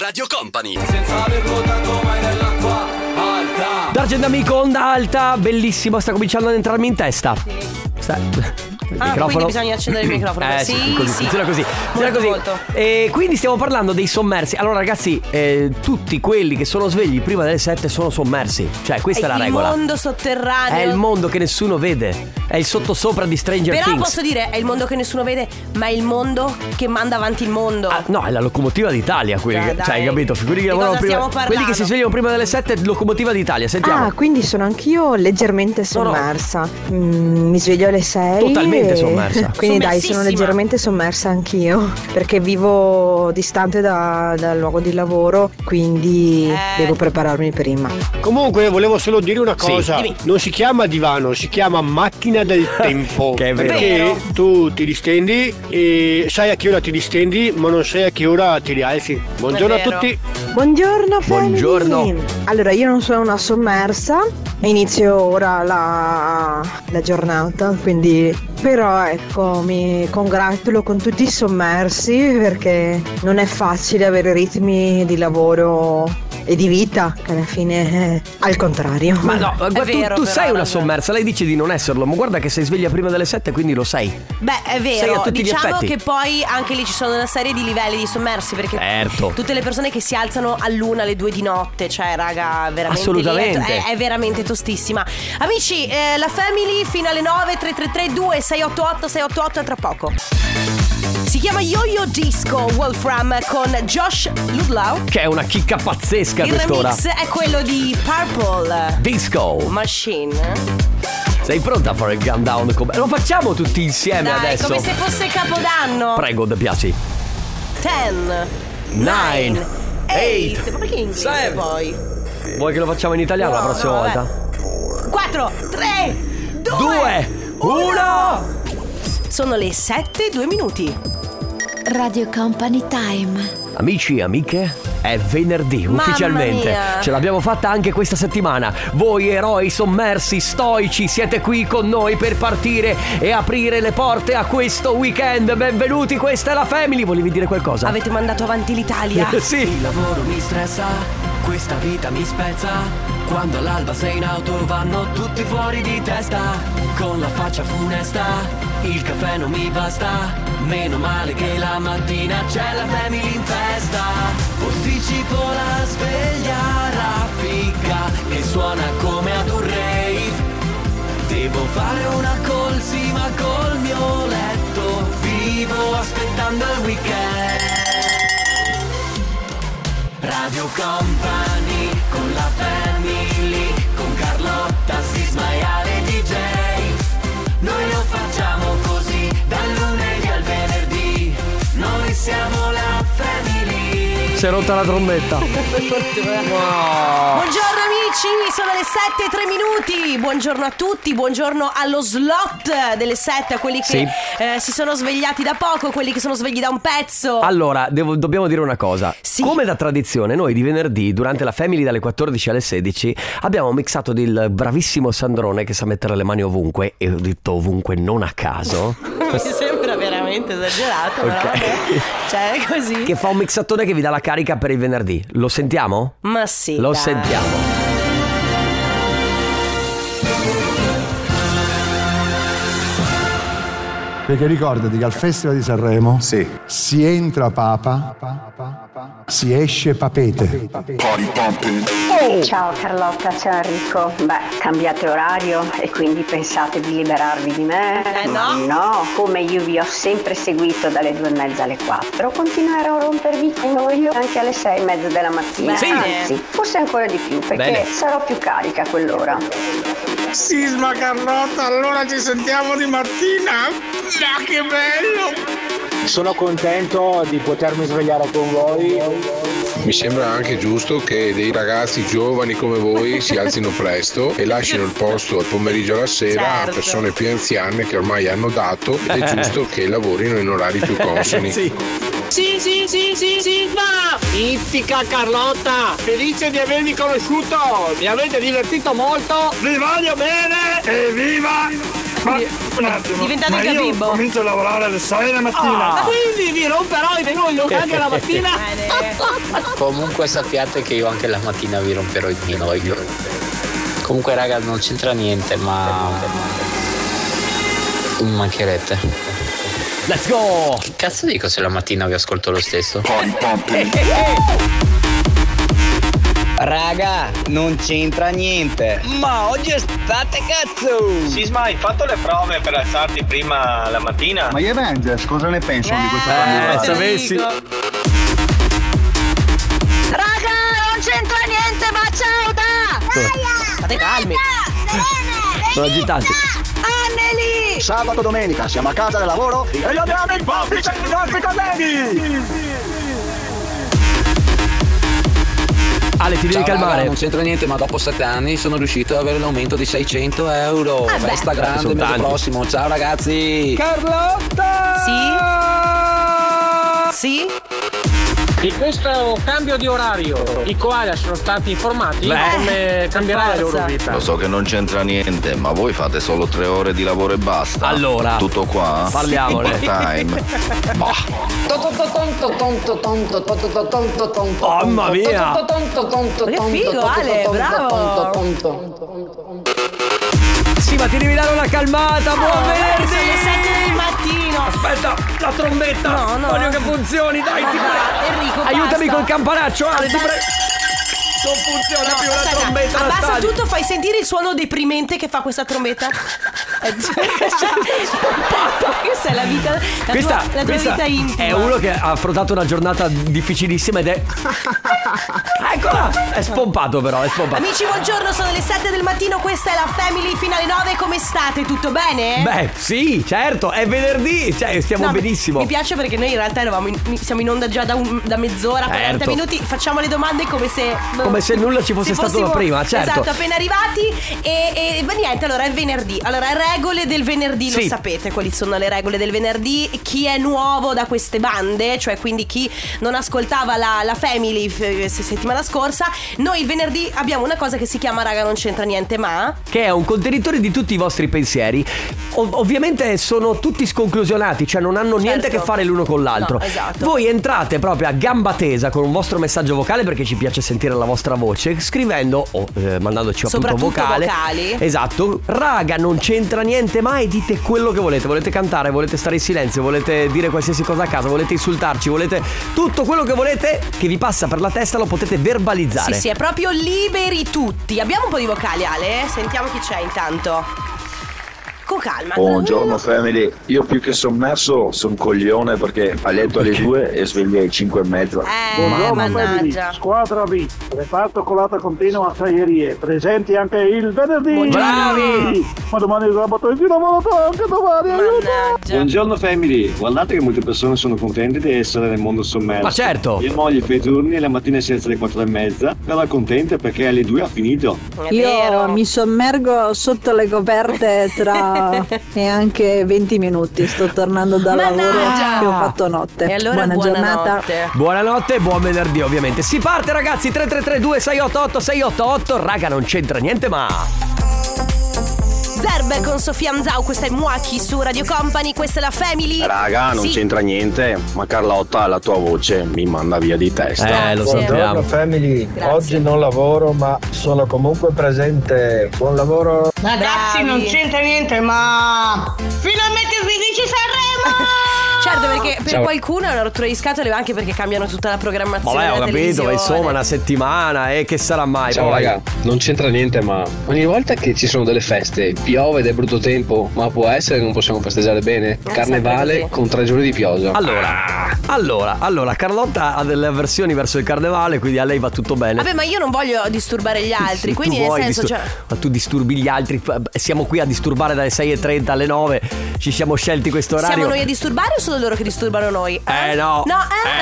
Speaker 14: Radio Company. Senza aver votato mai nell'acqua alta.
Speaker 1: D'argent amico, onda alta, bellissimo, sta cominciando ad entrarmi in testa. [LAUGHS] Sta... Il
Speaker 2: Ah, quindi bisogna accendere il microfono.
Speaker 1: Eh,
Speaker 2: Sì,
Speaker 1: così,
Speaker 2: sì.
Speaker 1: funziona così. Funziona
Speaker 2: Molto,
Speaker 1: così.
Speaker 2: molto.
Speaker 1: E quindi stiamo parlando dei sommersi. Allora, ragazzi, eh, tutti quelli che sono svegli prima delle 7 sono sommersi. Cioè, questa è, la
Speaker 2: il
Speaker 1: regola.
Speaker 2: mondo
Speaker 1: È
Speaker 2: sotterraneo.
Speaker 1: il mondo che nessuno vede. È il sottosopra di Stranger
Speaker 2: però
Speaker 1: Things.
Speaker 2: posso dire, è il mondo che nessuno vede, ma è il mondo che manda avanti il mondo.
Speaker 1: No, è la locomotiva d'Italia, quelli
Speaker 2: Cioè,
Speaker 1: che- cioè,
Speaker 2: dai.
Speaker 1: hai capito? Quelli
Speaker 2: Di
Speaker 1: che, lavorano
Speaker 2: cosa
Speaker 1: prima,
Speaker 2: stiamo
Speaker 1: quelli che si
Speaker 2: parlando?
Speaker 1: svegliano prima delle 7, locomotiva d'Italia. Sentiamo.
Speaker 15: Ah, quindi sono anch'io leggermente
Speaker 1: No, no.
Speaker 15: sommersa. Mm, mi sveglio alle 6.
Speaker 1: Totalmente sommersa.
Speaker 15: [LAUGHS] Quindi dai, sono
Speaker 1: Sommersissima.
Speaker 15: leggermente sommersa anch'io. Perché vivo distante da- dal luogo di lavoro, quindi
Speaker 2: Eh.
Speaker 15: devo prepararmi prima.
Speaker 10: Comunque volevo solo dire una
Speaker 15: Sì,
Speaker 10: cosa,
Speaker 15: dimmi.
Speaker 10: non si chiama divano, si chiama macchina del tempo. che
Speaker 1: vero.
Speaker 10: Perché
Speaker 1: Vero.
Speaker 10: tu ti distendi e sai a che ora ti distendi, ma non sai a che ora ti rialzi. Buongiorno a tutti.
Speaker 15: Buongiorno family.
Speaker 10: Buongiorno.
Speaker 15: Allora, io non sono una sommersa. Inizio ora la, la giornata, quindi però ecco, mi congratulo con tutti i sommersi perché non è facile avere ritmi di lavoro e di vita che alla fine è al contrario.
Speaker 1: Ma no, ma tu, tu sei una sommersa, lei dice di non esserlo, ma guarda che sei sveglia prima delle 7, quindi lo sei.
Speaker 2: Beh, è
Speaker 1: Sei a
Speaker 2: vero,
Speaker 1: tutti gli
Speaker 2: diciamo
Speaker 1: effetti.
Speaker 2: che poi anche lì ci sono una serie di livelli di sommersi perché
Speaker 1: Certo.
Speaker 2: tutte le persone che si alzano all'una, alle due di notte, cioè raga, veramente
Speaker 1: Assolutamente.
Speaker 2: lì È, è veramente tostissima. Amici, eh, la Family fino alle 9 333 2688 688 tra poco. Si chiama Yo-Yo Disco Wolfram con Josh Ludlow.
Speaker 1: Che è una chicca pazzesca
Speaker 2: Il
Speaker 1: quest'ora.
Speaker 2: remix è quello di Purple
Speaker 1: Disco.
Speaker 2: Machine.
Speaker 1: Sei pronta a fare il countdown? Come... Lo facciamo tutti insieme
Speaker 2: Dai,
Speaker 1: Eh adesso.
Speaker 2: come se fosse Capodanno.
Speaker 1: Prego, De Piaci.
Speaker 2: 10
Speaker 1: Nine.
Speaker 2: 8 Ma perché in inglese poi?
Speaker 1: Vuoi che lo facciamo in italiano la prossima
Speaker 2: no,
Speaker 1: volta?
Speaker 2: 4, 3, 2,
Speaker 1: Due,
Speaker 2: 1 Sono le 7 e 2 minuti
Speaker 16: Radio Company Time.
Speaker 1: Amici e amiche, è venerdì
Speaker 16: Mamma
Speaker 1: ufficialmente.
Speaker 16: mia.
Speaker 1: Ce l'abbiamo fatta anche questa settimana. Voi eroi sommersi, stoici, siete qui con noi per partire e aprire le porte a questo weekend. Benvenuti, questa è la Family. Volevi dire qualcosa?
Speaker 2: Avete mandato avanti l'Italia
Speaker 1: [LAUGHS] sì.
Speaker 14: Il lavoro mi stressa, questa vita mi spezza. Quando all'alba sei in auto vanno tutti fuori di testa. Con la faccia funesta, il caffè non mi basta. Meno male che la mattina c'è la family in festa. Posticipo la sveglia raffica che suona come ad un rave. Devo fare una colsima col mio letto. Vivo aspettando il weekend. Radio Company con la family, con Carlotta, Sisma e Ale DJ. Noi lo facciamo così, dal lunedì al venerdì. Noi siamo la family.
Speaker 1: Si è rotta la trombetta.
Speaker 14: [LAUGHS]
Speaker 1: No.
Speaker 2: Buongiorno amici, sono le 7 e 3 minuti. Buongiorno a tutti, buongiorno allo slot delle 7, a quelli che
Speaker 1: Sì.
Speaker 2: eh, si sono svegliati da poco, quelli che sono svegli da un pezzo.
Speaker 1: Allora, devo- dobbiamo dire una cosa. Come da tradizione, noi di venerdì, durante la Family dalle 14 alle 16, abbiamo mixato del
Speaker 2: [LAUGHS]
Speaker 1: bravissimo Sandrone che sa mettere le mani ovunque, e ho detto ovunque non a caso.
Speaker 2: [LAUGHS] Mi sembra veramente. veramente esagerato, però
Speaker 1: Ok.
Speaker 2: vabbè. Cioè, è così.
Speaker 1: Che fa un mixatone che vi dà la carica per il venerdì. Lo sentiamo?
Speaker 2: Ma sì.
Speaker 1: Lo
Speaker 2: dai.
Speaker 1: sentiamo.
Speaker 4: Perché ricordati che al Festival di Sanremo si entra papa, si esce papete.
Speaker 17: Ciao Carlotta, ciao Enrico. Beh, cambiate orario e quindi pensate di liberarvi di me?
Speaker 2: Eh,
Speaker 17: Ma
Speaker 2: no.
Speaker 17: come io vi ho sempre seguito dalle due e mezza alle quattro, continuerò a rompervi il noio anche alle sei e mezza della mattina.
Speaker 14: Bene.
Speaker 17: Anzi, forse ancora di più, perché
Speaker 14: Bene.
Speaker 17: sarò più carica a quell'ora.
Speaker 14: Sisma Carlotta, allora ci sentiamo di mattina. Ma che bello!
Speaker 18: Sono contento di potermi svegliare con voi.
Speaker 5: Mi sembra anche giusto che dei ragazzi giovani come voi si alzino presto e lasciano il posto al pomeriggio alla sera a
Speaker 19: Certo.
Speaker 5: persone più anziane che ormai hanno dato ed è
Speaker 1: [LAUGHS]
Speaker 5: giusto che lavorino in orari più consoni.
Speaker 14: Sì, sì, sì, sì, Sisma! Ittica Carlotta, felice di avervi conosciuto, mi avete divertito molto, vi voglio bene e viva! Ma un attimo,
Speaker 2: Diventate
Speaker 14: Ecco. ma io
Speaker 2: Gabibbo.
Speaker 14: comincio a lavorare alle 6 della
Speaker 20: Oh,
Speaker 14: mattina.
Speaker 2: Ah.
Speaker 14: Quindi vi romperò i venugli anche la mattina.
Speaker 2: Eh.
Speaker 21: Comunque sappiate che io anche la mattina vi romperò il pinoglio. Comunque raga non c'entra niente ma... Mi mancherete.
Speaker 1: Let's go!
Speaker 21: Che cazzo dico se la mattina vi ascolto lo stesso?
Speaker 9: Raga, non c'entra niente. Ma oggi è state cazzo! Sisma, hai fatto le prove per alzarti prima la mattina? Ma gli Avengers cosa ne pensano di questa
Speaker 14: Eh, te lo
Speaker 9: sapessi.
Speaker 14: Raga, non c'entra niente, ma ciao da!
Speaker 2: State calmi.
Speaker 1: Non agitate.
Speaker 14: Anneli! Sabato domenica siamo a casa da lavoro e gli abbiamo il pubblico e i nostri colleghi!
Speaker 1: Ale, ti devi calmare.
Speaker 21: non c'entra niente, ma dopo 7 anni sono riuscito ad avere un aumento di 600 euro.
Speaker 14: Ah, beh.
Speaker 21: Festa
Speaker 14: Sono
Speaker 21: grande, mese
Speaker 14: tanti.
Speaker 21: prossimo. Ciao ragazzi!
Speaker 14: Carlotta!
Speaker 2: Sì?
Speaker 18: Di questo cambio di orario i koala sono stati informati
Speaker 22: Beh,
Speaker 18: come cambierà la loro vita.
Speaker 22: Lo so che non c'entra niente, ma voi fate solo tre ore di lavoro e basta. Allora, tutto qua.
Speaker 1: parliamone.
Speaker 22: In part time.
Speaker 14: Mamma
Speaker 22: mia!
Speaker 2: Che figo, Ale, bravo.
Speaker 1: Sì, ma ti devi dare una calmata.
Speaker 2: Oh,
Speaker 1: Buon venerdì!
Speaker 2: Sono le 7 del mattino.
Speaker 1: Aspetta, la trombetta.
Speaker 2: No, no.
Speaker 1: Voglio che funzioni, dai, ti prego.
Speaker 2: Enrico,
Speaker 1: Aiutami
Speaker 2: basta.
Speaker 1: col campanaccio, Ale, ti prego. Non funziona
Speaker 2: No,
Speaker 1: più la
Speaker 2: aspetta,
Speaker 1: trombetta, la
Speaker 2: Abbassa
Speaker 1: stagli.
Speaker 2: tutto, fai sentire il suono deprimente che fa questa
Speaker 1: [LAUGHS]
Speaker 2: trombetta. Eh, [LAUGHS] questa è la vita. La tua,
Speaker 1: Questa,
Speaker 2: la tua
Speaker 1: questa
Speaker 2: vita intima.
Speaker 1: è uno che ha affrontato una giornata difficilissima
Speaker 2: [LAUGHS]
Speaker 1: ed è. Eccola! È spompato, però, è spompato.
Speaker 2: Amici, buongiorno, sono le 7 del mattino, questa è la Family Finale 9. Come state? Tutto bene?
Speaker 1: Beh, sì, certo, è venerdì, cioè, stiamo
Speaker 2: Eh? No, mi-
Speaker 1: benissimo.
Speaker 2: Mi piace perché noi in realtà eravamo in- mi- siamo in onda già da, un- da mezz'ora, 40
Speaker 1: Certo.
Speaker 2: minuti, facciamo le domande come se... boh,
Speaker 1: Come se nulla ci fosse
Speaker 2: se
Speaker 1: stato
Speaker 2: fossimo-
Speaker 1: da prima, certo.
Speaker 2: Esatto, appena arrivati e, e beh, niente, allora è venerdì. Allora, regole del venerdì, lo
Speaker 1: Sì.
Speaker 2: sapete quali sono le regole del venerdì. Chi è nuovo da queste bande, cioè quindi chi non ascoltava la, la Family f- se- settimana scorsa, noi il venerdì abbiamo una cosa che si chiama raga non c'entra niente ma...
Speaker 1: Che è un contenitore di tutti i vostri pensieri. Ov- ovviamente sono tutti sconclusionati, cioè non hanno niente a che fare l'uno con l'altro.
Speaker 2: Certo. No, esatto.
Speaker 1: Voi entrate proprio a gamba tesa con un vostro messaggio vocale perché ci piace sentire la vostra voce, scrivendo o eh, mandandoci appunto
Speaker 2: Soprattutto
Speaker 1: vocale.
Speaker 2: vocali.
Speaker 1: Esatto. Raga, non c'entra niente mai, dite quello che volete. Volete cantare, volete stare in silenzio, volete dire qualsiasi cosa a casa, volete insultarci, volete tutto quello che volete che vi passa per la testa lo potete verbalizzare.
Speaker 2: Sì, sì, è proprio liberi tutti. Abbiamo un po' di vocali, Ale. Sentiamo chi c'è intanto. Con calma.
Speaker 23: Buongiorno family, io più che sommerso sono coglione perché a letto alle 2 e sveglio alle 5 e mezza.
Speaker 1: Eh,
Speaker 14: Eh,
Speaker 18: Buongiorno family, squadra B, reparto colata continua a saierie, presenti anche il venerdì.
Speaker 14: Bravi!
Speaker 18: Ma domani è sabato e chi lavora anche domani, aiuto!
Speaker 24: Buongiorno family, guardate che molte persone sono contente di essere nel mondo sommerso.
Speaker 1: Ma certo.
Speaker 24: Mia moglie fa i turni e la mattina si alza alle 4 e mezza, però è contenta perché alle 2 ha finito.
Speaker 2: Io
Speaker 15: mi sommergo sotto le coperte
Speaker 2: [LAUGHS]
Speaker 15: tra neanche 20 minuti. Sto tornando da lavoro
Speaker 2: Mannaggia!
Speaker 15: che ho fatto notte.
Speaker 2: E allora
Speaker 15: Buona giornata.
Speaker 2: buonanotte.
Speaker 1: Buonanotte e buon venerdì ovviamente. Si parte ragazzi 3332688688. Raga non c'entra niente ma
Speaker 2: Zerbe Club con Sofia Anzau, questa è Muachi su Radio Company, questa è la Family.
Speaker 25: Raga, non
Speaker 2: Sì.
Speaker 25: c'entra niente, ma Carlotta, la tua voce mi manda via di testa.
Speaker 1: Eh, lo
Speaker 26: Buongiorno family, oggi non lavoro ma sono comunque presente. Buon lavoro.
Speaker 2: Ragazzi, non c'entra niente, ma finalmente finisce Sanremo! [LAUGHS] certo, perché per
Speaker 1: Ciao.
Speaker 2: qualcuno è una rottura di scatole anche perché cambiano tutta la programmazione.
Speaker 1: Vabbè, ho
Speaker 2: della
Speaker 1: capito, ma
Speaker 2: televisione.
Speaker 1: insomma, una settimana, e che sarà mai?
Speaker 27: Ciao
Speaker 1: poi?
Speaker 27: raga, non c'entra niente ma ogni volta che ci sono delle feste piove ed è brutto tempo ma può essere che non possiamo festeggiare bene Carnevale con tre giorni di pioggia
Speaker 1: Allora, allora, allora, Carlotta ha delle avversioni verso il carnevale, quindi a lei va tutto bene.
Speaker 2: Vabbè, ma io non voglio disturbare gli altri,
Speaker 1: [LAUGHS] Tu
Speaker 2: quindi nel
Speaker 1: vuoi
Speaker 2: senso.
Speaker 1: distur-
Speaker 2: cioè-
Speaker 1: Ma tu disturbi gli altri, siamo qui a disturbare dalle 6.30 alle 9, ci siamo scelti questo orario.
Speaker 2: Siamo noi a disturbare o sono loro che disturbano noi?
Speaker 1: Eh no,
Speaker 2: No,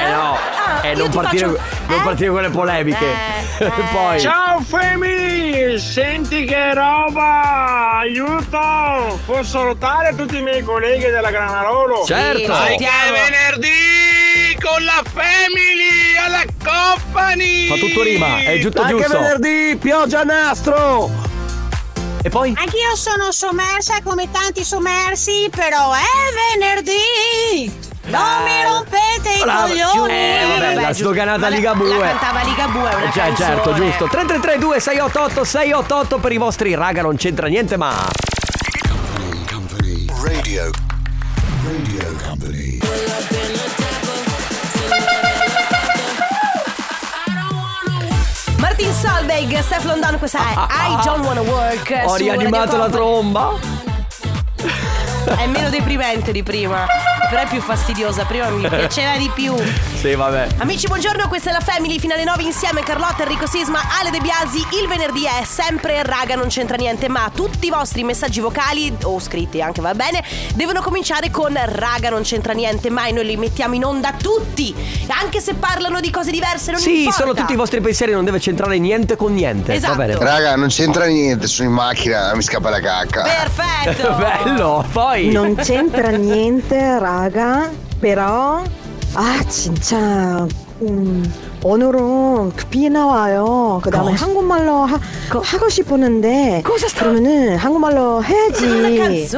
Speaker 1: eh, no,
Speaker 2: ah,
Speaker 1: eh,
Speaker 2: io
Speaker 1: non,
Speaker 2: ti
Speaker 1: partire,
Speaker 2: faccio- Eh?
Speaker 1: non partire con le polemiche. [LAUGHS] Poi,
Speaker 18: Ciao Femi! Senti che roba! Aiuto! Posso salutare tutti i miei colleghi della Granarolo?
Speaker 1: Certo. Sì,
Speaker 18: Perché è
Speaker 1: salutiamo.
Speaker 18: venerdì con la Family alla Company!
Speaker 1: fa tutto rima, è giusto giusto.
Speaker 28: venerdì, pioggia nastro!
Speaker 1: E poi?
Speaker 17: Anch'io sono sommersa come tanti sommersi, però è venerdì! Non mi rompete i
Speaker 1: Eh, Brava,
Speaker 17: coglioni!
Speaker 1: eh, vabbè, la sdoganata Ligabue.
Speaker 2: La cantava Ligabue, è una
Speaker 1: Eh, cioè,
Speaker 2: canzone.
Speaker 1: certo, giusto. 3332 688 688 per i vostri raga, non c'entra niente, ma
Speaker 3: Radio. Radio Company.
Speaker 2: Martin Solveig, Steph London, questa è I Don't Wanna Work.
Speaker 1: Ah,
Speaker 2: Cioè,
Speaker 1: ho
Speaker 2: su
Speaker 1: rianimato
Speaker 2: Radio
Speaker 1: la
Speaker 2: Company.
Speaker 1: tromba.
Speaker 2: È meno deprimente di prima, però è più fastidiosa. Prima
Speaker 1: [LAUGHS]
Speaker 2: mi piaceva di più.
Speaker 1: Sì, vabbè.
Speaker 2: Amici, buongiorno, questa è la Family, finale 9 insieme Carlotta, Enrico Sisma, Ale De Biasi. Il venerdì è sempre raga, non c'entra niente, ma tutti i vostri messaggi vocali o scritti anche va bene, devono cominciare con raga, non c'entra niente, mai noi li mettiamo in onda tutti, anche se parlano di cose diverse, non
Speaker 1: Sì,
Speaker 2: importa.
Speaker 1: sono tutti i vostri pensieri, non deve c'entrare niente con niente.
Speaker 2: Esatto.
Speaker 1: Va bene.
Speaker 17: Raga, non c'entra niente, sono in macchina, mi scappa la cacca.
Speaker 2: Perfetto.
Speaker 1: [LAUGHS] Bello, poi.
Speaker 15: Non
Speaker 2: [LAUGHS]
Speaker 15: c'entra niente, raga, però ah, 아 진짜 음, 오늘은 급이 나와요. 그다음에 한국말로 하, 하고 싶었는데 그러면은 한국말로 해야지. Eh,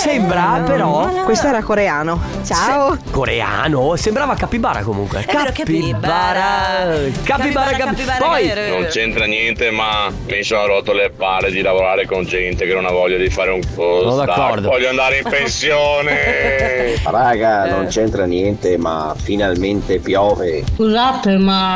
Speaker 1: Sembra, però.
Speaker 15: Questo era coreano. Ciao.
Speaker 1: Coreano? Sembrava capibara comunque. capibara. Capibara, capibara. Poi.
Speaker 5: Non c'entra niente, ma mi sono rotto le palle di lavorare con gente che non ha voglia di fare un
Speaker 1: Sono
Speaker 5: post.
Speaker 1: d'accordo.
Speaker 5: Voglio andare in [LAUGHS] pensione.
Speaker 1: [LAUGHS]
Speaker 14: Raga,
Speaker 1: Eh.
Speaker 14: non c'entra niente, ma finalmente piove.
Speaker 7: Scusate, ma.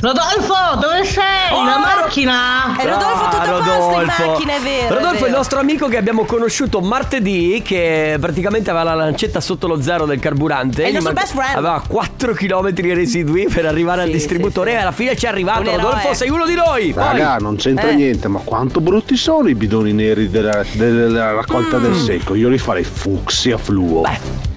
Speaker 7: Rodolfo, dove sei?
Speaker 2: Oh!
Speaker 7: La macchina?
Speaker 2: Eh, Rodolfo, tutto a posto in macchina, è vero, è
Speaker 1: Ah! Rodolfo è il
Speaker 2: vero.
Speaker 1: nostro amico che abbiamo conosciuto martedì, che praticamente aveva la lancetta sotto lo zero del carburante.
Speaker 2: È il
Speaker 1: Gli
Speaker 2: nostro
Speaker 1: manca-
Speaker 2: best friend.
Speaker 1: Aveva 4 km residui per arrivare al distributore e alla fine ci è arrivato.
Speaker 2: Un eroe.
Speaker 1: Rodolfo, sei uno di noi. Poi-
Speaker 25: Raga, non c'entra
Speaker 1: Eh.
Speaker 25: niente, ma quanto brutti sono i bidoni neri della, della raccolta
Speaker 1: Mm.
Speaker 25: del secco. Io li farei fucsia fluo.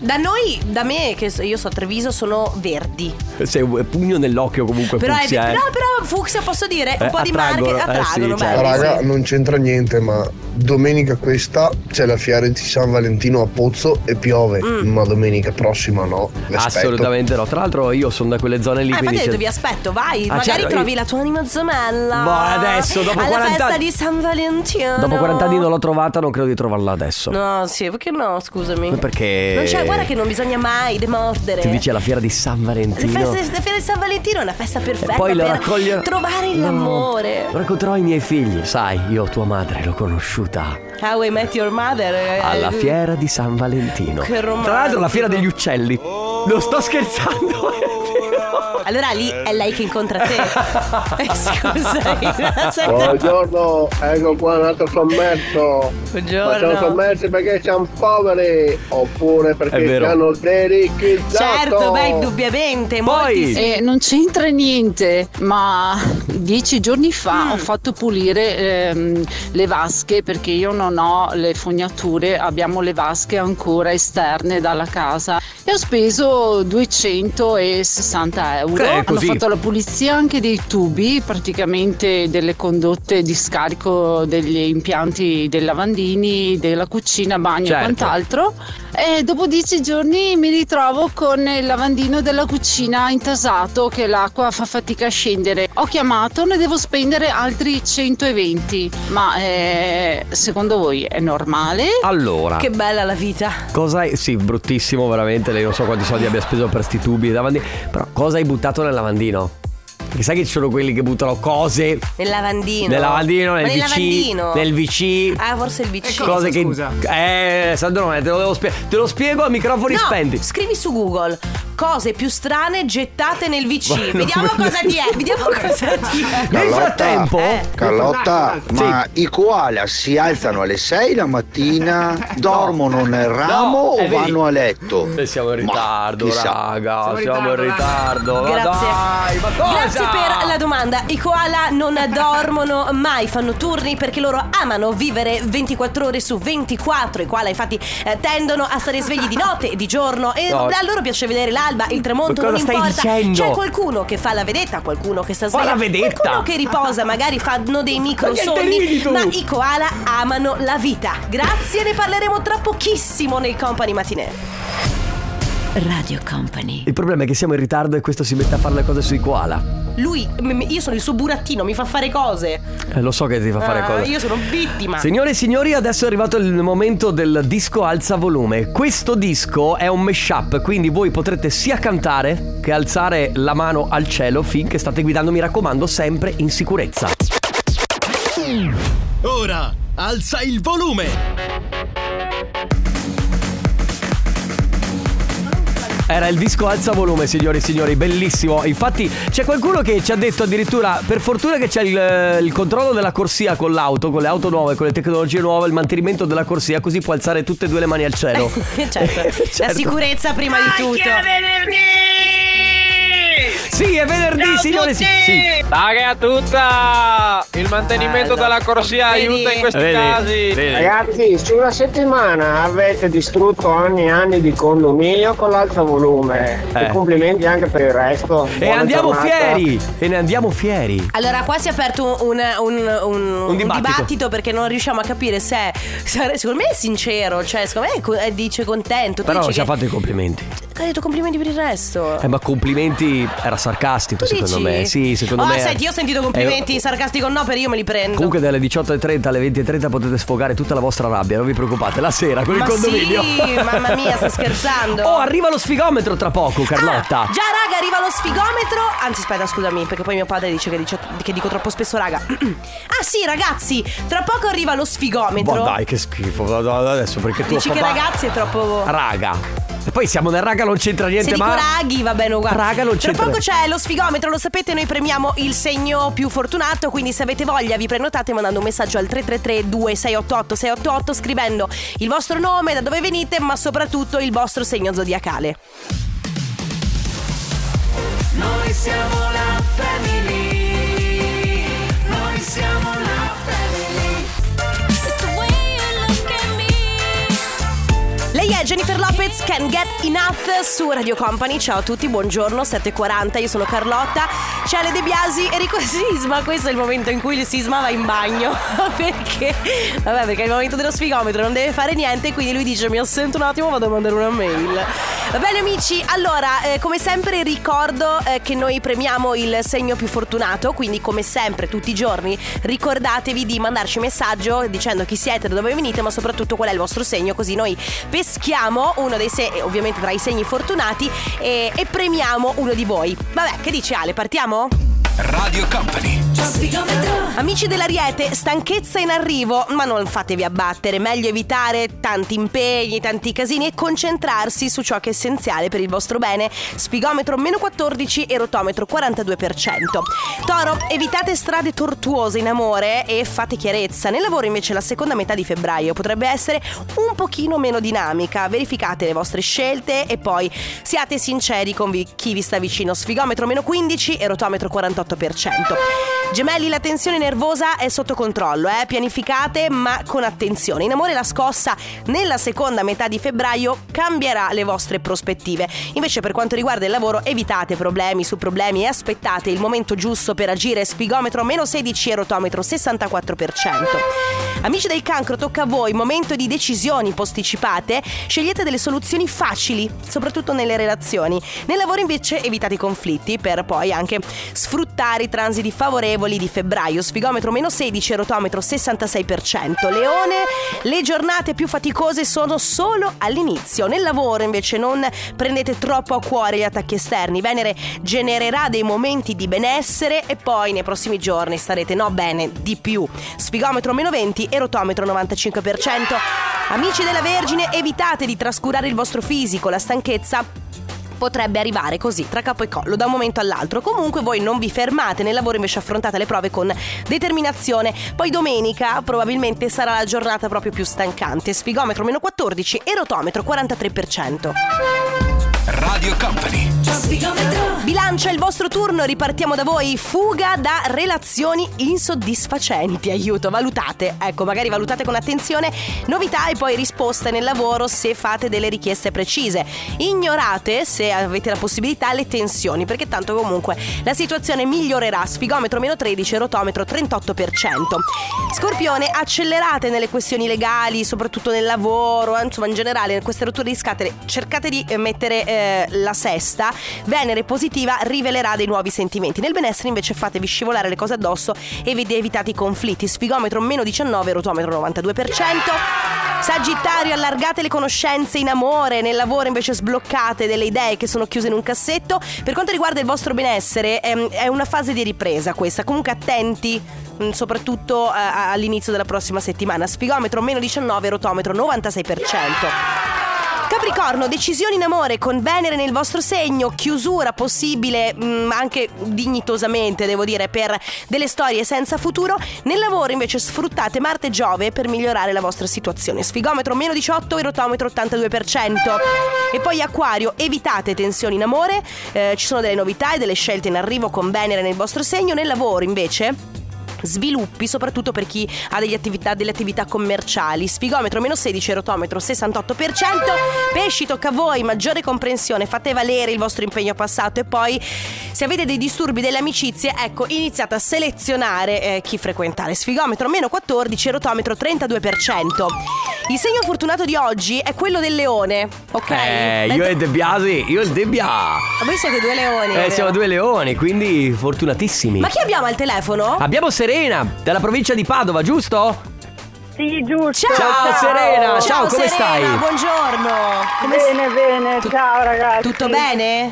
Speaker 2: Da noi, da me, che so- io so a Treviso, sono verdi.
Speaker 1: Sei un pugno nell'occhio comunque.
Speaker 2: Però, è,
Speaker 1: Fucsia, eh.
Speaker 2: però, però fucsia posso dire un
Speaker 1: Eh,
Speaker 2: po' di marche
Speaker 1: attraggono, eh,
Speaker 2: attraggono.
Speaker 1: sì,
Speaker 2: bello,
Speaker 1: certo.
Speaker 2: sì. Ah,
Speaker 14: Raga, non c'entra niente, ma domenica questa c'è la fiera di San Valentino a Pozzo e piove,
Speaker 1: Mm.
Speaker 14: ma domenica
Speaker 1: [LAUGHS]
Speaker 14: prossima no. L'aspetto.
Speaker 1: Assolutamente no. Tra l'altro, io sono da quelle zone lì.
Speaker 2: Ah,
Speaker 1: quindi
Speaker 2: infatti ho detto
Speaker 1: c'è-
Speaker 2: vi aspetto, vai,
Speaker 1: Ah,
Speaker 2: magari
Speaker 1: certo,
Speaker 2: trovi
Speaker 1: io-
Speaker 2: la tua anima gemella.
Speaker 1: Boh, adesso, dopo
Speaker 2: alla
Speaker 1: 40
Speaker 2: festa di San Valentino.
Speaker 1: Dopo 40 anni non l'ho trovata, non credo di trovarla adesso.
Speaker 2: No, sì, perché no, scusami.
Speaker 1: Ma perché-
Speaker 2: Non c'è, guarda che non bisogna mai demordere.
Speaker 1: Ti dice la fiera di San
Speaker 2: Le
Speaker 1: Valentino.
Speaker 2: feste- la fiera di San Valentino è una festa perfetta
Speaker 1: poi lo
Speaker 2: per
Speaker 1: raccoglio-
Speaker 2: trovare
Speaker 1: No.
Speaker 2: l'amore.
Speaker 1: Lo Racconterò ai miei figli, sai, io tua madre l'ho conosciuta
Speaker 2: How I Met Your Mother. eh,
Speaker 1: alla
Speaker 2: eh,
Speaker 1: fiera di San Valentino.
Speaker 2: Che romantico.
Speaker 1: Tra l'altro la fiera degli uccelli. Non
Speaker 2: [LAUGHS]
Speaker 1: sto scherzando.
Speaker 2: Allora lì è lei che incontra
Speaker 1: [LAUGHS]
Speaker 2: te. Eh, Scusa, [LAUGHS] io-
Speaker 14: Buongiorno, ecco qua un altro sommerso.
Speaker 2: Buongiorno.
Speaker 14: Ma siamo sommersi perché siamo poveri oppure
Speaker 1: È
Speaker 14: perché
Speaker 1: vero.
Speaker 14: ci hanno derealizzato.
Speaker 2: Certo, beh, indubbiamente. molti sì.
Speaker 22: Eh, non c'entra niente, ma dieci giorni fa
Speaker 2: Mm.
Speaker 22: ho fatto pulire ehm, le vasche perché io non ho le fognature, abbiamo le vasche ancora esterne dalla casa e ho speso 260 euro.
Speaker 29: Eh,
Speaker 22: Hanno
Speaker 29: così.
Speaker 22: fatto la pulizia anche dei tubi, praticamente delle condotte di scarico degli impianti dei lavandini, della cucina, bagno
Speaker 29: Certo.
Speaker 22: e quant'altro. E E dopo dieci giorni mi ritrovo con il lavandino della cucina intasato che l'acqua fa fatica a scendere. Ho chiamato, ne devo spendere altri 120. Ma eh, secondo voi è normale?
Speaker 1: Allora. Che
Speaker 2: bella la vita.
Speaker 1: Cosa hai... Sì, bruttissimo veramente, lei non so quanti soldi abbia speso per questi tubi di lavandino, però cosa hai buttato nel lavandino? Perché sai che ci sono quelli che buttano cose
Speaker 2: Nel lavandino.
Speaker 1: nel lavandino,
Speaker 2: Ma
Speaker 1: nel
Speaker 2: nel
Speaker 1: VC,
Speaker 2: lavandino.
Speaker 1: nel VC.
Speaker 2: Ah, forse il VC.
Speaker 1: cose che Eh, Sandrone, te lo devo spiegare. Te lo spiego a microfoni
Speaker 2: No,
Speaker 1: spenti.
Speaker 2: scrivi su Google cose più strane gettate nel
Speaker 1: Ma
Speaker 2: VC.
Speaker 1: non
Speaker 2: Vediamo
Speaker 1: me-
Speaker 2: cosa ti è. Vediamo cosa ti è.
Speaker 1: Nel frattempo,
Speaker 3: Carlotta, ma i koala si alzano alle 6 la
Speaker 1: [LAUGHS]
Speaker 3: mattina, dormono nel ramo
Speaker 1: eh,
Speaker 3: o
Speaker 1: vedi.
Speaker 3: vanno a letto?
Speaker 1: Eh, siamo in ritardo,
Speaker 3: chissà.
Speaker 1: raga. Siamo in ritardo. ma
Speaker 2: Grazie.
Speaker 1: dai, ma cosa?
Speaker 2: Grazie per la domanda. I koala non dormono mai, fanno turni perché loro amano vivere 24 ore su 24. I koala infatti eh, tendono a stare svegli di notte e di giorno e
Speaker 1: No.
Speaker 2: a loro piace vedere l'alba, il tramonto,
Speaker 1: Ma cosa
Speaker 2: non
Speaker 1: stai
Speaker 2: importa.
Speaker 1: dicendo?
Speaker 2: C'è qualcuno che fa la vedetta, qualcuno che sta
Speaker 1: Fa
Speaker 2: sveglio,
Speaker 1: la vedetta?
Speaker 2: qualcuno che riposa, magari fanno dei micro
Speaker 1: Ma che
Speaker 2: sogni,
Speaker 1: deliri tu?
Speaker 2: ma i koala amano la vita. Grazie, ne parleremo tra pochissimo nel Company Matinee. Radio Company.
Speaker 1: Il problema è che siamo in ritardo e questo si mette a fare le cose sui koala.
Speaker 2: Lui, m- m- io sono il suo burattino, mi fa fare cose.
Speaker 1: Eh, lo so che ti fa fare
Speaker 2: Ah,
Speaker 1: cose.
Speaker 2: Io sono vittima.
Speaker 1: Signore e signori, adesso è arrivato il momento del disco alza volume. Questo disco è un mashup, quindi voi potrete sia cantare che alzare la mano al cielo finché state guidando, mi raccomando, sempre in sicurezza.
Speaker 7: Ora alza il volume.
Speaker 1: Era il disco alza volume, signori e signori, bellissimo. Infatti c'è qualcuno che ci ha detto addirittura, per fortuna che c'è il, eh, il controllo della corsia con l'auto, con le auto nuove, con le tecnologie nuove, il mantenimento della corsia, così può alzare tutte e due le mani
Speaker 2: [LAUGHS]
Speaker 1: al
Speaker 2: [LAUGHS]
Speaker 1: cielo. [LAUGHS]
Speaker 2: certo. La sicurezza prima di tutto.
Speaker 1: Sì, è venerdì, signore. Sì, sì.
Speaker 11: Raga tutta! Il
Speaker 12: Eh,
Speaker 11: mantenimento della corsia aiuta in questi
Speaker 1: Vedi?
Speaker 11: casi.
Speaker 1: Vedi?
Speaker 12: Ragazzi, su una settimana avete distrutto anni e anni di condominio con l'alto volume.
Speaker 1: Eh.
Speaker 12: E complimenti anche per il resto.
Speaker 1: E
Speaker 12: Buona
Speaker 1: andiamo
Speaker 12: giornata.
Speaker 1: fieri! E ne andiamo fieri!
Speaker 2: Allora, qua si è aperto un, un- un- un
Speaker 1: dibattito.
Speaker 2: perché non riusciamo a capire se è. se- Secondo me è sincero, cioè, secondo me è co- è, dice contento. Tu
Speaker 1: Però non
Speaker 2: dici
Speaker 1: ci ha
Speaker 2: che,
Speaker 1: fatto i complimenti.
Speaker 2: Ha detto complimenti per il resto.
Speaker 1: Eh, ma complimenti era sarcastico,
Speaker 2: Tu
Speaker 1: secondo
Speaker 2: dici?
Speaker 1: me. Sì, secondo
Speaker 2: oh,
Speaker 1: me.
Speaker 2: senti, io ho sentito complimenti sarcastico, no, per io me li prendo.
Speaker 1: Comunque dalle 18.30 alle 20.30 potete sfogare tutta la vostra rabbia, non vi preoccupate, la sera con
Speaker 2: Ma
Speaker 1: il condominio.
Speaker 2: sì, mamma mia, sto scherzando. Ah,
Speaker 1: Oh, arriva lo sfigometro tra poco, Carlotta.
Speaker 2: Già raga arriva lo sfigometro Anzi aspetta scusami perché poi mio padre dice che, dice- che dico troppo spesso raga [CLEARS THROAT] Ah sì ragazzi tra poco arriva lo sfigometro
Speaker 1: Ma dai, che schifo. vado Adesso perché tu
Speaker 2: Dici che ragazzi è troppo
Speaker 1: Raga. E poi siamo nel raga, non c'entra
Speaker 2: Se
Speaker 1: niente,
Speaker 2: dico
Speaker 1: ma.
Speaker 2: raghi va bene uguale
Speaker 1: Raga, non
Speaker 2: Tra
Speaker 1: c'entra.
Speaker 2: poco c'è lo sfigometro lo sapete noi premiamo il segno più fortunato Quindi se avete voglia vi prenotate mandando un messaggio al 333 2688 688 Scrivendo il vostro nome da dove venite ma soprattutto il vostro segno zodiacale
Speaker 7: Noi siamo la family. Noi siamo la family.
Speaker 2: Lei è Jennifer Lopez, Can Get Enough su Radio Company. Ciao a tutti, buongiorno, 7.40, io sono Carlotta. C'è Ale De Biasi, Enrico Sisma. Questo è il momento in cui il Sisma va in bagno. [LAUGHS] perché? Vabbè, perché è il momento dello sfigometro, non deve fare niente, quindi lui dice mi assento un attimo, vado a mandare una mail. Va bene amici, allora, eh, come sempre ricordo eh, che noi premiamo il segno più fortunato, quindi come sempre tutti i giorni ricordatevi di mandarci un messaggio dicendo chi siete, da dove venite, ma soprattutto qual è il vostro segno, così noi peschiamo uno dei segni, ovviamente tra i segni fortunati, e, e premiamo uno di voi. Vabbè, che dice Ale, partiamo?
Speaker 7: Radio Company.
Speaker 2: Amici dell'Ariete, stanchezza in arrivo, ma non fatevi abbattere, meglio evitare tanti impegni, tanti casini e concentrarsi su ciò che è essenziale per il vostro bene. Sfigometro meno 14 e rotometro 42%. Toro, evitate strade tortuose in amore e fate chiarezza. Nel lavoro invece la seconda metà di febbraio potrebbe essere un pochino meno dinamica. Verificate le vostre scelte e poi siate sinceri con vi- chi vi sta vicino. Sfigometro meno 15 e rotometro 48%. Gemelli, la tensione nervosa è sotto controllo, eh? pianificate ma con attenzione. In amore la scossa nella seconda metà di febbraio cambierà le vostre prospettive. Invece per quanto riguarda il lavoro evitate problemi su problemi e aspettate il momento giusto per agire. Spigometro meno 16 e rotometro 64%. Amici del cancro, tocca a voi, momento di decisioni posticipate, scegliete delle soluzioni facili, soprattutto nelle relazioni. Nel lavoro invece evitate i conflitti per poi anche sfruttare i transiti favorevoli di febbraio, sfigometro meno 16 e rotometro 66%. Leone, le giornate più faticose sono solo all'inizio, nel lavoro invece non prendete troppo a cuore gli attacchi esterni, Venere genererà dei momenti di benessere e poi nei prossimi giorni starete no bene di più, sfigometro meno 20 e rotometro 95%. Amici della Vergine, evitate di trascurare il vostro fisico, la stanchezza potrebbe arrivare così tra capo e collo da un momento all'altro. Comunque voi non vi fermate nel lavoro, invece affrontate le prove con determinazione. Poi domenica probabilmente sarà la giornata proprio più stancante. Sfigometro meno 14 e rotometro 43%.
Speaker 7: Radio Company.
Speaker 2: Bilancia il vostro turno, ripartiamo da voi. Fuga da relazioni insoddisfacenti. Aiuto, valutate. Ecco, magari valutate con attenzione novità e poi risposte nel lavoro se fate delle richieste precise. Ignorate, se avete la possibilità, le tensioni, perché tanto comunque la situazione migliorerà. Sfigometro meno 13, rotometro 38%. Scorpione, accelerate nelle questioni legali, soprattutto nel lavoro, eh, insomma in generale, queste rotture di scatole. Cercate di eh, mettere eh, la sesta. Venere positiva rivelerà dei nuovi sentimenti. Nel benessere invece fatevi scivolare le cose addosso e vi evitate i conflitti. Sfigometro meno 19, rotometro 92%. Sagittario, allargate le conoscenze in amore, nel lavoro invece sbloccate delle idee che sono chiuse in un cassetto. Per quanto riguarda il vostro benessere, ehm, è una fase di ripresa questa. Comunque attenti, mh, soprattutto eh, all'inizio della prossima settimana. Sfigometro meno 19, rotometro 96%. Capricorno, decisioni in amore con Venere nel vostro segno, chiusura possibile mh, anche dignitosamente, devo dire, per delle storie senza futuro. Nel lavoro invece sfruttate Marte e Giove per migliorare la vostra situazione. Sfigometro meno 18 e rotometro 82%. E poi Acquario, evitate tensioni in amore, eh, ci sono delle novità e delle scelte in arrivo con Venere nel vostro segno, nel lavoro invece sviluppi, soprattutto per chi ha degli attività- delle attività commerciali. Sfigometro meno 16, rotometro 68%. Pesci, tocca a voi, maggiore comprensione, fate valere il vostro impegno passato e poi se avete dei disturbi delle amicizie, ecco, iniziate a selezionare eh, chi frequentare. Sfigometro meno 14, rotometro 32%. Il segno fortunato di oggi è quello del leone, ok?
Speaker 1: Eh, io e De Biasi, io e De Biasi.
Speaker 2: Voi siete due leoni.
Speaker 1: Eh,
Speaker 2: vero?
Speaker 1: siamo due leoni, quindi fortunatissimi.
Speaker 2: Ma chi abbiamo al telefono?
Speaker 1: Abbiamo Serena, dalla provincia di Padova, giusto?
Speaker 5: Sì, giusto.
Speaker 1: Ciao, Serena, ciao, come
Speaker 2: Serena,
Speaker 1: stai?
Speaker 2: Buongiorno. Come
Speaker 5: Bene, bene, ciao ragazzi.
Speaker 2: Tutto bene?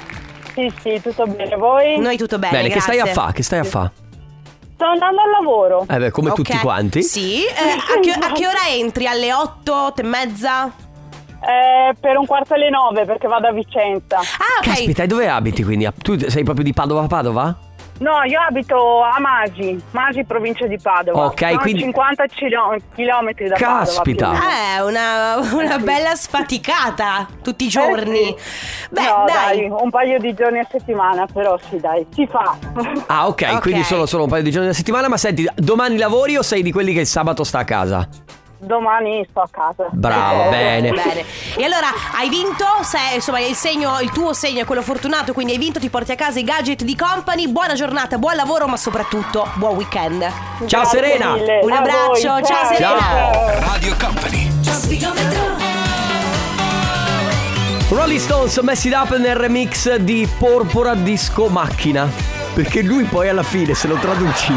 Speaker 5: Sì, sì, tutto bene. Voi?
Speaker 2: Noi tutto bene.
Speaker 1: Bene, che stai a
Speaker 2: grazie.
Speaker 1: fa? Che stai a fa?
Speaker 5: Sto andando al lavoro.
Speaker 1: Eh beh, come
Speaker 5: Ok.
Speaker 1: tutti quanti.
Speaker 2: Sì, eh, a, che, a che ora entri? Alle 8, 8 e mezza?
Speaker 5: Eh, per un quarto alle nove perché vado a Vicenza.
Speaker 2: Ah,
Speaker 1: Caspita, e dove abiti quindi? A- Tu sei proprio di Padova a Padova?
Speaker 5: No, io abito a Magi, Magi provincia di Padova.
Speaker 1: Ok,
Speaker 5: Sono
Speaker 1: quindi-
Speaker 5: 50 km da Padova.
Speaker 1: Caspita.
Speaker 5: più o meno.
Speaker 2: Eh, una, una bella sfaticata tutti i giorni. Beh,
Speaker 5: Eh No,
Speaker 2: dai.
Speaker 5: dai, un paio di giorni a settimana, però sì, dai, si fa.
Speaker 1: Ah, ok, quindi solo, solo un paio di giorni alla settimana, ma senti, domani lavori o sei di quelli che il sabato sta a casa?
Speaker 5: Domani sto a casa.
Speaker 1: Bravo,
Speaker 5: Eh,
Speaker 1: bene.
Speaker 2: E allora hai vinto, se- insomma il, segno, il tuo segno è quello fortunato, quindi hai vinto, ti porti a casa i gadget di company, buona giornata, buon lavoro, ma soprattutto buon weekend.
Speaker 1: Ciao, Serena. mille.
Speaker 2: Un
Speaker 1: A voi,
Speaker 2: abbraccio, ciao,
Speaker 1: ciao.
Speaker 2: Serena.
Speaker 1: Ciao.
Speaker 7: Radio Company.
Speaker 1: Rolling Stones messi it up nel remix di Porpora Disco Macchina. Perché lui poi alla fine, se lo traduci,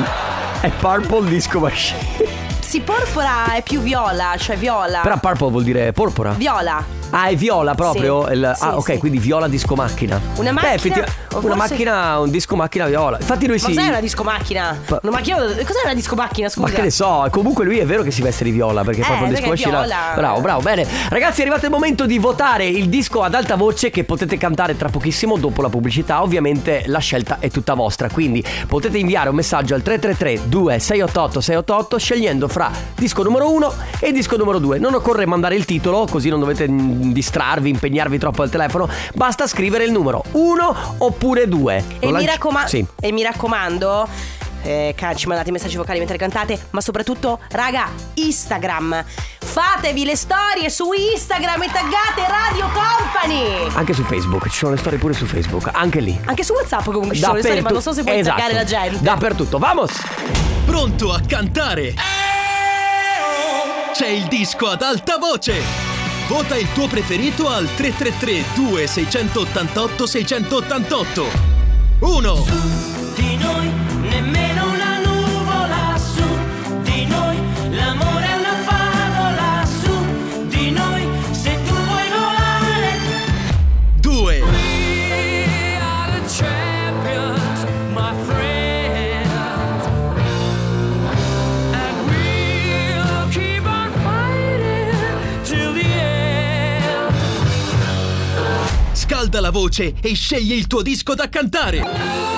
Speaker 1: è Purple Disco Machine.
Speaker 2: Sì, porpora è più viola, cioè viola.
Speaker 1: Però Purple vuol dire porpora.
Speaker 2: Viola.
Speaker 1: Ah, è viola proprio?
Speaker 2: Sì,
Speaker 1: il-
Speaker 2: sì,
Speaker 1: ah, ok,
Speaker 2: sì.
Speaker 1: quindi viola disco macchina.
Speaker 2: Una
Speaker 1: Beh,
Speaker 2: macchina,
Speaker 1: effettiva-
Speaker 2: o
Speaker 1: una
Speaker 2: forse-
Speaker 1: macchina, un disco macchina viola. Infatti lui
Speaker 2: Ma
Speaker 1: si.
Speaker 2: cos'è una discomacchina?
Speaker 1: Pa-
Speaker 2: Una macchina... Cos'è una discomacchina, scusa?
Speaker 1: Ma che ne so, comunque lui è vero che si veste di viola perché
Speaker 2: Eh,
Speaker 1: proprio il disco
Speaker 2: perché è
Speaker 1: esce là.
Speaker 2: viola.
Speaker 1: Bravo, bravo, bene. Ragazzi, è arrivato il momento di votare il disco ad alta voce che potete cantare tra pochissimo dopo la pubblicità. Ovviamente la scelta è tutta vostra, quindi potete inviare un messaggio al 333 2688 688 scegliendo fra disco numero 1 e disco numero 2. Non occorre mandare il titolo, così non dovete mm, distrarvi, impegnarvi troppo al telefono, basta scrivere il numero 1 oppure 2.
Speaker 2: E mi, raccoma-
Speaker 1: Sì.
Speaker 2: e mi raccomando, eh, ca- ci mandate i messaggi vocali mentre cantate, ma soprattutto, raga, Instagram. Fatevi le storie su Instagram e taggate Radio Company.
Speaker 1: Anche su Facebook, ci sono le storie pure su Facebook, anche lì.
Speaker 2: Anche su WhatsApp comunque ci sono le storie, ma non so se puoi
Speaker 1: Esatto.
Speaker 2: taggare la gente.
Speaker 1: Dappertutto, vamos!
Speaker 6: Pronto a cantare? C'è il disco ad alta voce. Vota il tuo preferito al 333 2688 688. 1
Speaker 13: di noi nemmeno una nuvola su di noi l'amore è una favola su di noi se tu vuoi volare
Speaker 6: 2
Speaker 13: we are the champions my friends and we'll keep on fighting till the end
Speaker 6: Scalda la voce e scegli il tuo disco da cantare.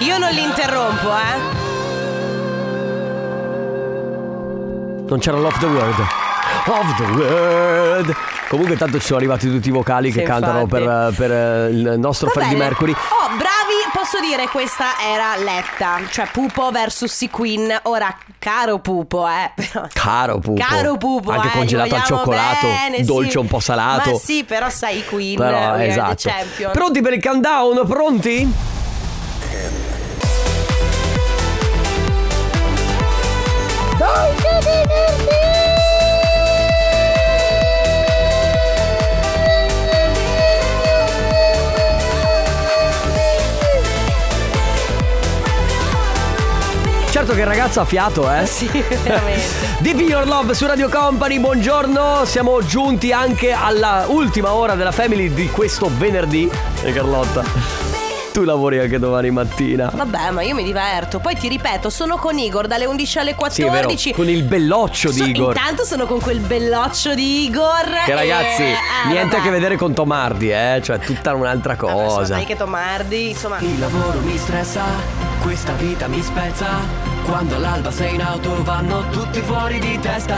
Speaker 2: Io non li interrompo, eh.
Speaker 1: Non c'era l'off the world. Of the world. Comunque tanto ci sono arrivati tutti i vocali che
Speaker 2: Sì,
Speaker 1: cantano
Speaker 2: infatti.
Speaker 1: per, per il nostro
Speaker 2: Va
Speaker 1: Freddie
Speaker 2: bene.
Speaker 1: Mercury.
Speaker 2: Oh, bravi, posso dire questa era letta, cioè Pupo versus Sea Queen. Ora, caro Pupo, eh, [LAUGHS] però
Speaker 1: Caro Pupo.
Speaker 2: Caro Pupo,
Speaker 1: Oh, Anche
Speaker 2: eh,
Speaker 1: congelato
Speaker 2: gli
Speaker 1: al
Speaker 2: vogliamo
Speaker 1: cioccolato,
Speaker 2: bene, sì.
Speaker 1: dolce un po' salato.
Speaker 2: Ma sì, però sai Queen,
Speaker 1: Però,
Speaker 2: we are the
Speaker 1: esatto.
Speaker 2: champion.
Speaker 1: Pronti per il countdown? Pronti? Certo che il ragazzo ha fiato, eh? Sì,
Speaker 2: veramente.
Speaker 1: [LAUGHS] Deep in Your Love su Radio Company, buongiorno. Siamo giunti anche alla ultima ora della family di questo venerdì. E Carlotta, tu lavori anche domani mattina.
Speaker 2: Vabbè, ma io mi diverto. Poi ti ripeto, sono con Igor dalle 11 alle
Speaker 1: Sì, è vero,
Speaker 2: 14.
Speaker 1: con il belloccio di
Speaker 2: So-
Speaker 1: Igor.
Speaker 2: Intanto sono con quel belloccio di Igor.
Speaker 1: Che ragazzi,
Speaker 2: e- eh,
Speaker 1: niente a
Speaker 2: vabbè.
Speaker 1: che vedere con Tomardi, eh? Cioè, tutta un'altra cosa.
Speaker 2: Sai che Tomardi, insomma.
Speaker 14: Il lavoro mi stressa, questa vita mi spezza. Quando all'alba sei in auto vanno tutti fuori di testa.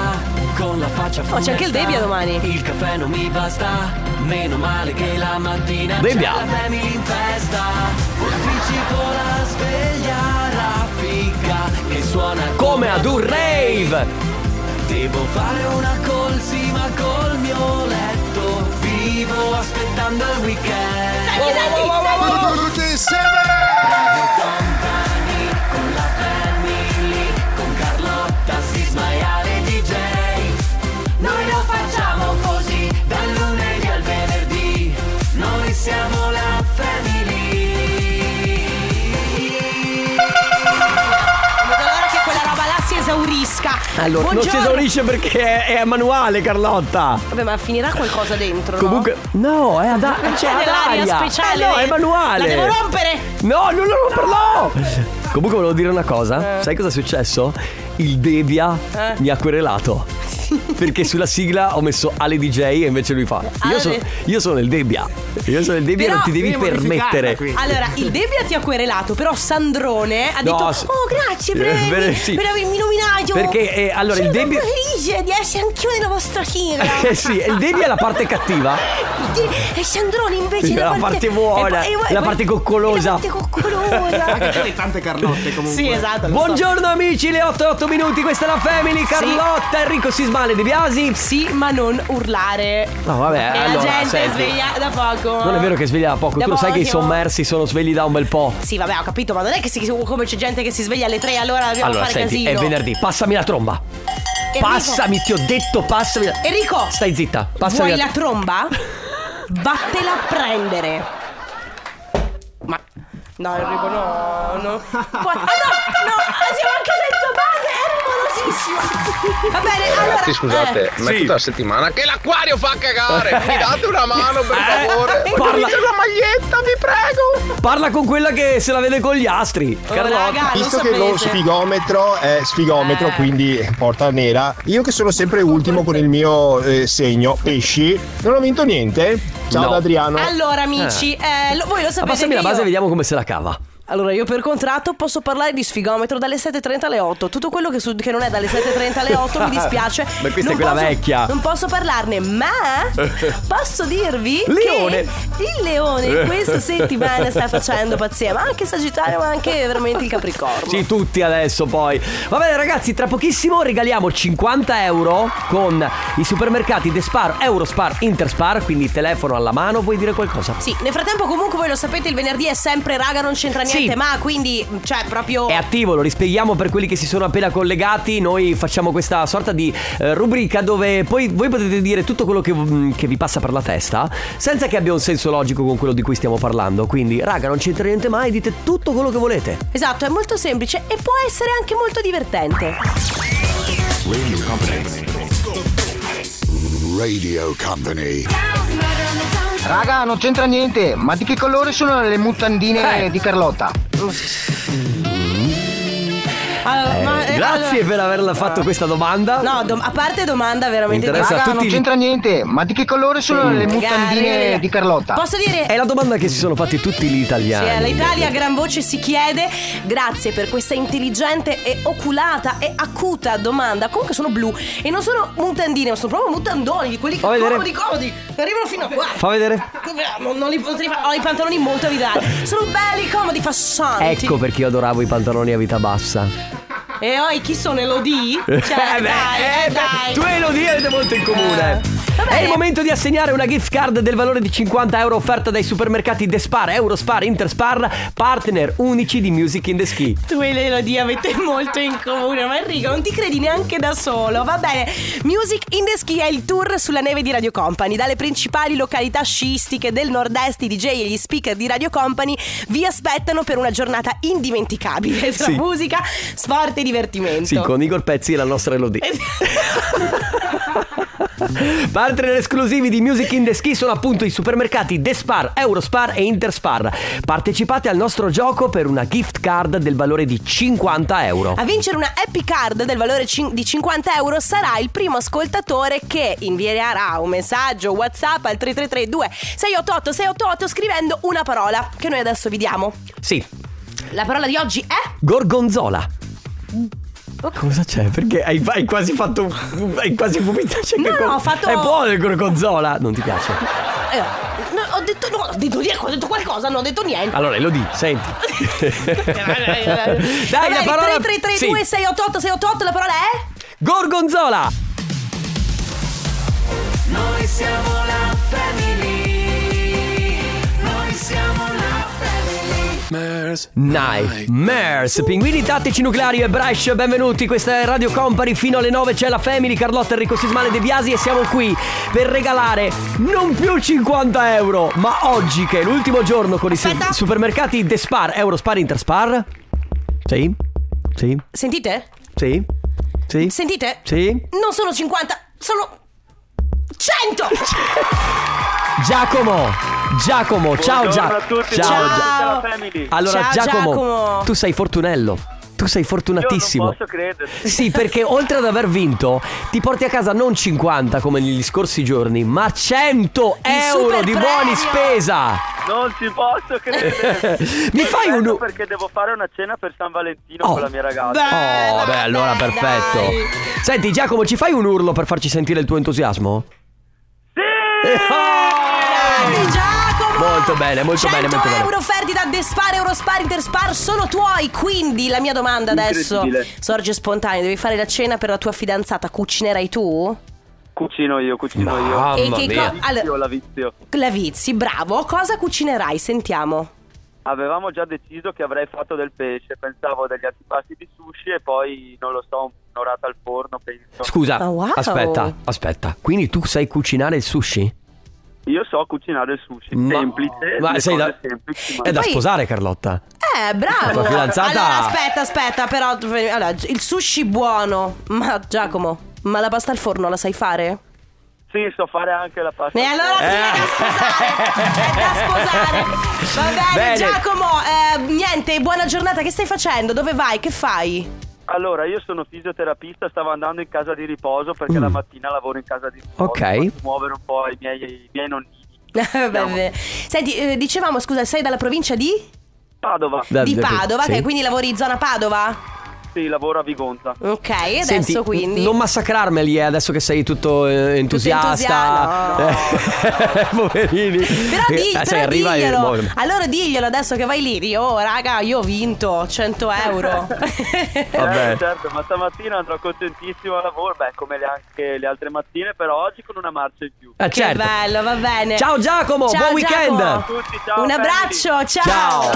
Speaker 14: Con la faccia funesta.
Speaker 2: Oh, c'è anche il Debbia domani.
Speaker 14: Il caffè non mi basta. Meno male che la mattina
Speaker 1: Debbia.
Speaker 14: c'è la family in festa. Posticipo la sveglia raffica che suona
Speaker 1: Come ad un rave.
Speaker 14: Devo fare una colsima col mio letto. Vivo aspettando il weekend.
Speaker 30: Senti, senti, Wow, wow, wow, wow, senti. wow.
Speaker 14: Tutti insieme! con la family, con Carlotta, Sisma e Ale DJ. Noi lo facciamo così, dal lunedì al venerdì. Noi siamo la
Speaker 2: Vedo
Speaker 14: family.
Speaker 2: l'ora che quella roba là si esaurisca.
Speaker 1: Allora, non si
Speaker 2: Buongiorno.
Speaker 1: esaurisce perché è, è manuale, Carlotta.
Speaker 2: Vabbè, ma finirà qualcosa dentro. no?
Speaker 1: Comunque, no, è ad,
Speaker 2: Non
Speaker 1: c'è
Speaker 2: c'è
Speaker 1: ad
Speaker 2: dell'aria
Speaker 1: aria.
Speaker 2: speciale.
Speaker 1: Eh no, è manuale.
Speaker 2: La devo rompere.
Speaker 1: No, non lo romperlo. Comunque volevo dire una cosa.
Speaker 2: Eh.
Speaker 1: Sai cosa è successo? Il Devia
Speaker 2: Eh.
Speaker 1: mi ha querelato. Perché sulla sigla ho messo Ale DJ e invece lui fa. Io,
Speaker 2: Ale-
Speaker 1: sono- io sono il Debbia. Io sono il Debbia e non ti devi permettere.
Speaker 2: Allora, il Debbia ti ha querelato, però Sandrone ha
Speaker 1: No,
Speaker 2: detto:
Speaker 1: s-
Speaker 2: Oh, grazie,
Speaker 1: Eh,
Speaker 2: premi,
Speaker 1: bene, sì.
Speaker 2: per avermi nominato.
Speaker 1: Perché, eh, allora,
Speaker 2: Sono
Speaker 1: il Debbia-
Speaker 2: proprio felice di essere anch'io nella vostra sigla.
Speaker 1: [LAUGHS] Eh sì, il Debbia è la parte cattiva.
Speaker 2: Il De- E Sandrone invece
Speaker 1: Sì,
Speaker 2: è la,
Speaker 1: la parte buona,
Speaker 2: e poi- e poi-
Speaker 1: la parte coccolosa.
Speaker 2: La parte coccolosa.
Speaker 1: [LAUGHS]
Speaker 10: Anche tu hai tante Carlotte comunque.
Speaker 2: Sì, esatto. lo so.
Speaker 1: Buongiorno amici, le 8 8 minuti, questa è la Family, Carlotta, Enrico Sismale De Biasi.
Speaker 2: Sì, ma non urlare.
Speaker 1: No, vabbè,
Speaker 2: E
Speaker 1: Eh, allora,
Speaker 2: la gente è
Speaker 1: senti.
Speaker 2: sveglia da poco.
Speaker 1: Non è vero che sveglia da poco,
Speaker 2: Da
Speaker 1: tu lo sai che i
Speaker 2: poco.
Speaker 1: sommersi sono svegli da un bel po'.
Speaker 2: Sì, vabbè, ho capito, ma non è che si, come c'è gente che si sveglia alle 3 allora dobbiamo
Speaker 1: Allora,
Speaker 2: fare
Speaker 1: senti,
Speaker 2: casino.
Speaker 1: è venerdì, passami la tromba.
Speaker 2: Enrico.
Speaker 1: Passami, ti ho detto, passami. la-
Speaker 2: Enrico!
Speaker 1: Stai zitta, passami
Speaker 2: Vuoi la
Speaker 1: [LAUGHS]
Speaker 2: tromba? Vattela a prendere. Ma. No, Enrico, no, no. Ah, no, no, siamo anche senza base, è rumorosissimo. Va bene, allora.
Speaker 16: Ragazzi, scusate,
Speaker 2: eh.
Speaker 16: ma è tutta la settimana che l'acquario fa cagare. Mi date una mano, per
Speaker 1: Eh,
Speaker 16: favore.
Speaker 1: parla-
Speaker 16: Ho la maglietta, vi prego.
Speaker 1: Parla con quella che se la vede con gli astri.
Speaker 2: Oh,
Speaker 1: Carlotta.
Speaker 10: Visto che lo sfigometro è
Speaker 2: Eh.
Speaker 10: sfigometro, quindi porta nera, io che sono sempre ultimo con il mio eh, segno, pesci, non ho vinto niente. Ciao
Speaker 1: No.
Speaker 10: da Adriano.
Speaker 2: Allora, amici, eh, lo- voi lo
Speaker 1: Ma
Speaker 2: sapete.
Speaker 1: passami
Speaker 2: che
Speaker 1: la base e
Speaker 10: [LAUGHS]
Speaker 2: io-
Speaker 1: vediamo come se la cava.
Speaker 2: Allora, io per contratto posso parlare di sfigometro dalle 7.30 alle 8. Tutto quello che, su- che non è dalle 7.30 alle 8
Speaker 1: [LAUGHS]
Speaker 2: mi dispiace.
Speaker 1: Ma questa è quella
Speaker 2: posso-
Speaker 1: vecchia.
Speaker 2: Non posso parlarne, ma posso dirvi
Speaker 1: Leone.
Speaker 2: che il leone
Speaker 1: [LAUGHS]
Speaker 2: questa settimana sta facendo pazzia. Ma anche Sagittario, ma anche veramente il Capricorno.
Speaker 1: Sì, tutti adesso poi. Va bene ragazzi, tra pochissimo regaliamo 50 euro con i supermercati De Spar, Eurospar, Interspar, quindi telefono alla mano, vuoi dire qualcosa?
Speaker 2: Sì, nel frattempo comunque voi lo sapete il venerdì è sempre raga non c'entra niente ma quindi cioè proprio
Speaker 1: È attivo, lo rispieghiamo per quelli che si sono appena collegati. Noi facciamo questa sorta di eh, rubrica dove poi voi potete dire tutto quello che, mm, che vi passa per la testa senza che abbia un senso logico con quello di cui stiamo parlando. Quindi, raga, non c'entra niente mai, dite tutto quello che volete.
Speaker 2: Esatto, è molto semplice e può essere anche molto divertente.
Speaker 7: Radio Company. Radio Company.
Speaker 8: Raga, non c'entra niente, ma di che colore sono le mutandine
Speaker 1: Eh.
Speaker 8: di Carlotta?
Speaker 2: Allora, ma- eh,
Speaker 1: Grazie
Speaker 2: allora-
Speaker 1: per averla fatto questa domanda.
Speaker 2: No, dom- ah. a parte domanda veramente
Speaker 1: Mi interessa
Speaker 2: di-
Speaker 1: a tutti Non c'entra
Speaker 8: niente, ma di che colore sono le mutandine di Carlotta?
Speaker 2: Posso dire
Speaker 1: È la domanda che si sono fatti tutti gli italiani.
Speaker 2: Sì, l'Italia a gran voce si chiede grazie per questa intelligente e oculata e acuta domanda. Comunque sono blu e non sono mutandine, ma sono proprio mutandoni, di quelli che
Speaker 1: Fa vedere.
Speaker 2: comodi comodi, che arrivano fino a qua.
Speaker 1: Fa vedere.
Speaker 2: Non, non li potrei fare, ho i pantaloni molto avidali. Sono belli, comodi, fascianti.
Speaker 1: Ecco perché io adoravo i pantaloni a vita bassa.
Speaker 2: E oi, chi sono
Speaker 1: [LAUGHS]
Speaker 2: Elodie? Cioè,
Speaker 1: Eh, beh,
Speaker 2: dai,
Speaker 1: eh, beh,
Speaker 2: dai.
Speaker 1: Tu e Elodie avete molto in comune.
Speaker 2: bene.
Speaker 1: È il momento di assegnare una gift card del valore di 50 euro offerta dai supermercati Despar, Eurospar, Interspar, partner unici di Music in the Ski.
Speaker 2: Tu e l'Elodie avete [LAUGHS] molto in comune, ma Enrico non ti credi neanche da solo. Va bene, Music in the Ski è il tour sulla neve di Radio Company. Dalle principali località sciistiche del nord-est, i DJ e gli speaker di Radio Company vi aspettano per una giornata indimenticabile tra
Speaker 1: Sì.
Speaker 2: musica, sport e divertimento.
Speaker 1: Sì, con Igor Pezzi e la nostra Elodie. [LAUGHS] Partner esclusivi di Music in the Ski sono appunto i supermercati Despar, Eurospar e Interspar. Partecipate al nostro gioco per una gift card del valore di 50 euro.
Speaker 2: A vincere una happy card del valore cin- di 50 euro sarà il primo ascoltatore che invierà un messaggio WhatsApp al 3332 688 688 scrivendo una parola che noi adesso vi diamo.
Speaker 1: Sì,
Speaker 2: La parola di oggi è
Speaker 1: Gorgonzola.
Speaker 2: Mm.
Speaker 1: Cosa c'è? Perché hai, hai quasi fatto. Hai quasi vomitato. C'è
Speaker 2: No,
Speaker 1: che
Speaker 2: no,
Speaker 1: co-
Speaker 2: ho fatto-
Speaker 1: È buono il gorgonzola. Non ti piace?
Speaker 2: Eh, no, ho detto no, ho detto, niente, ho detto qualcosa, non ho detto niente.
Speaker 1: Allora, Elodie,
Speaker 2: [LAUGHS]
Speaker 1: senti. [LAUGHS] Dai, la
Speaker 2: Vabbè,
Speaker 1: parola.
Speaker 2: 3332
Speaker 1: Sì.
Speaker 2: 688 688 la parola è
Speaker 1: Gorgonzola.
Speaker 14: Noi siamo la family. Noi siamo la family.
Speaker 1: Mers. Night. Mers. Pinguini tattici nucleari e Bryce, benvenuti. Questa è Radio Company. Fino alle 9 c'è la Family, Carlotta, Enrico Sismale, De Biasi e siamo qui per regalare non più 50 euro, ma oggi che è l'ultimo giorno con i se- supermercati Despar, Eurospar, Interspar. Sì? Sì?
Speaker 2: Sentite?
Speaker 1: Sì? Sì?
Speaker 2: Sentite?
Speaker 1: Sì?
Speaker 2: Non sono 50, sono
Speaker 1: [LAUGHS]
Speaker 2: 100.
Speaker 1: Giacomo! Giacomo, ciao Giacomo!
Speaker 9: Buongiorno a tutti,
Speaker 1: ciao! Gia-
Speaker 9: buongiorno a tutta la family.
Speaker 1: Allora
Speaker 9: Ciao,
Speaker 1: Giacomo,
Speaker 9: Giacomo.
Speaker 1: tu sei fortunello. Tu sei fortunatissimo.
Speaker 9: Io non posso crederci.
Speaker 1: Sì, perché oltre ad aver vinto, ti porti a casa non 50 come negli scorsi giorni, ma 100 euro di
Speaker 9: superpremio!
Speaker 1: buoni spesa.
Speaker 9: Non ci posso credere.
Speaker 1: [LAUGHS] Mi fai
Speaker 9: Aspetta
Speaker 1: un-
Speaker 9: perché devo fare una cena per San Valentino con la mia ragazza.
Speaker 1: oh, beh, allora perfetto. Senti, Giacomo, ci fai un urlo per farci sentire il tuo entusiasmo? Eh, oh! Molto bene, molto bene,
Speaker 2: 100
Speaker 1: molto bene.
Speaker 2: Cioè, euro offerti da Despar, Eurospar, Interspar sono tuoi. Quindi la mia domanda adesso
Speaker 9: Incredibile.
Speaker 2: sorge spontanea: devi fare la cena per la tua fidanzata? Cucinerai tu?
Speaker 9: Cucino io, cucino
Speaker 1: Mamma
Speaker 9: io.
Speaker 2: E che mia. co- allora-
Speaker 9: Io la vizio.
Speaker 2: La Vizi, bravo. Cosa cucinerai? Sentiamo.
Speaker 9: Avevamo già deciso che avrei fatto del pesce, pensavo degli antipasti di sushi e poi, non lo so, un'orata al forno, penso.
Speaker 1: Scusa,
Speaker 2: Ah,
Speaker 1: aspetta, aspetta. Quindi tu sai cucinare il sushi?
Speaker 9: Io so cucinare il sushi,
Speaker 1: Ma-
Speaker 9: semplice,
Speaker 1: ma
Speaker 9: le
Speaker 1: sei
Speaker 9: cose
Speaker 1: da-
Speaker 9: semplici, ma-
Speaker 1: È da sposare, Carlotta.
Speaker 2: Eh, bravo.
Speaker 1: La tua fidanzata-
Speaker 2: Allora, aspetta, aspetta, però. Allora, il sushi buono. Ma Giacomo, ma la pasta al forno la sai fare?
Speaker 9: Sì, so fare anche la pasta.
Speaker 2: E allora sì,
Speaker 1: Eh,
Speaker 2: è da sposare. È
Speaker 9: [LAUGHS]
Speaker 2: da sposare. Va bene,
Speaker 9: Bene.
Speaker 2: Giacomo. eh, niente, buona giornata. Che stai facendo? Dove vai? Che fai? [LAUGHS]
Speaker 9: Allora, io sono fisioterapista, stavo andando in casa di riposo perché
Speaker 1: Mm.
Speaker 9: la mattina lavoro in casa di riposo.
Speaker 1: Ok.
Speaker 9: Posso muovere un po' i miei, i miei nonni.
Speaker 2: Vabbè. Senti, eh, dicevamo, scusa, sei dalla provincia di?
Speaker 9: Padova.
Speaker 2: Di Padova,
Speaker 9: sì.
Speaker 2: che quindi lavori in zona Padova?
Speaker 9: Sì, lavoro a Vigonza.
Speaker 2: Ok, e adesso
Speaker 1: Senti,
Speaker 2: quindi.
Speaker 1: n- Non massacrarmeli eh, adesso che sei tutto eh, entusiasta. [LAUGHS] Eh, poverini.
Speaker 2: Però,
Speaker 1: Eh,
Speaker 2: di-
Speaker 1: sai,
Speaker 2: però
Speaker 1: arriva e-
Speaker 2: diglielo.
Speaker 1: boh.
Speaker 2: Allora diglielo adesso che vai lì. di, Oh, raga, io ho vinto 100
Speaker 1: [LAUGHS]
Speaker 2: euro. [LAUGHS]
Speaker 1: Vabbè.
Speaker 9: Eh, certo, ma stamattina andrò contentissimo al lavoro, beh, come le- anche le altre mattine, però oggi con una marcia in più.
Speaker 1: Eh, certo.
Speaker 2: Che bello, va bene.
Speaker 1: Ciao Giacomo,
Speaker 2: Ciao,
Speaker 1: buon weekend.
Speaker 2: Giacomo. Un abbraccio, ciao.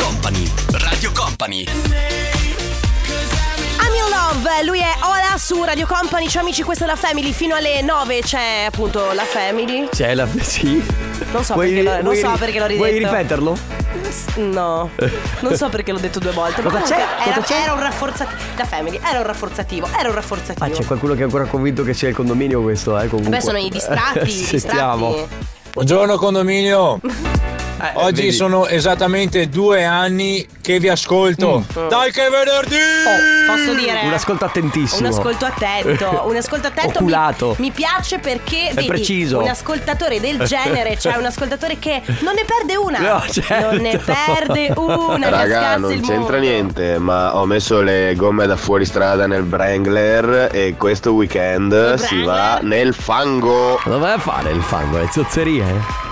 Speaker 6: Company, Radio Company.
Speaker 2: I'm your love, lui è Ola su Radio Company. Ciao amici, questa è la Family. Fino alle 9 c'è appunto la Family.
Speaker 1: C'è la sì.
Speaker 2: Non so perché l'ho- non so perché l'ho
Speaker 1: Vuoi
Speaker 2: ridetto.
Speaker 1: ripeterlo?
Speaker 2: No, non so perché l'ho detto due volte. ma
Speaker 1: Cosa c'è?
Speaker 2: comunque Era,
Speaker 1: Cosa c'è?
Speaker 2: era un rafforzativo. La Family era un rafforzativo. Era un rafforzativo.
Speaker 1: Ah, c'è qualcuno che è ancora convinto che sia il condominio questo, eh, comunque.
Speaker 2: Vabbè, sono i distratti, i
Speaker 1: [LAUGHS] Sentiamo.
Speaker 2: distratti.
Speaker 15: Buongiorno
Speaker 14: [LAUGHS]
Speaker 15: condominio. Oggi
Speaker 1: Eh, vedi.
Speaker 15: sono esattamente due anni che vi ascolto. Dai che è venerdì!
Speaker 2: Oh, Posso dire?
Speaker 1: Mm. Un ascolto attentissimo.
Speaker 2: Un ascolto attento, un ascolto
Speaker 1: [LAUGHS]
Speaker 2: attento mi,
Speaker 1: Oculato.
Speaker 2: mi piace perché
Speaker 1: È
Speaker 2: vedi,
Speaker 1: preciso.
Speaker 2: un ascoltatore del genere, cioè un ascoltatore che non ne perde una.
Speaker 17: No, certo.
Speaker 2: Non ne
Speaker 1: [LAUGHS]
Speaker 2: perde una,
Speaker 17: Raga,
Speaker 2: cascasse
Speaker 17: non
Speaker 2: il
Speaker 17: c'entra
Speaker 2: mondo.
Speaker 17: niente, ma ho messo le gomme da fuoristrada nel Wrangler e questo weekend si va nel fango.
Speaker 1: Cosa vai a fare il fango? Le zozzerie?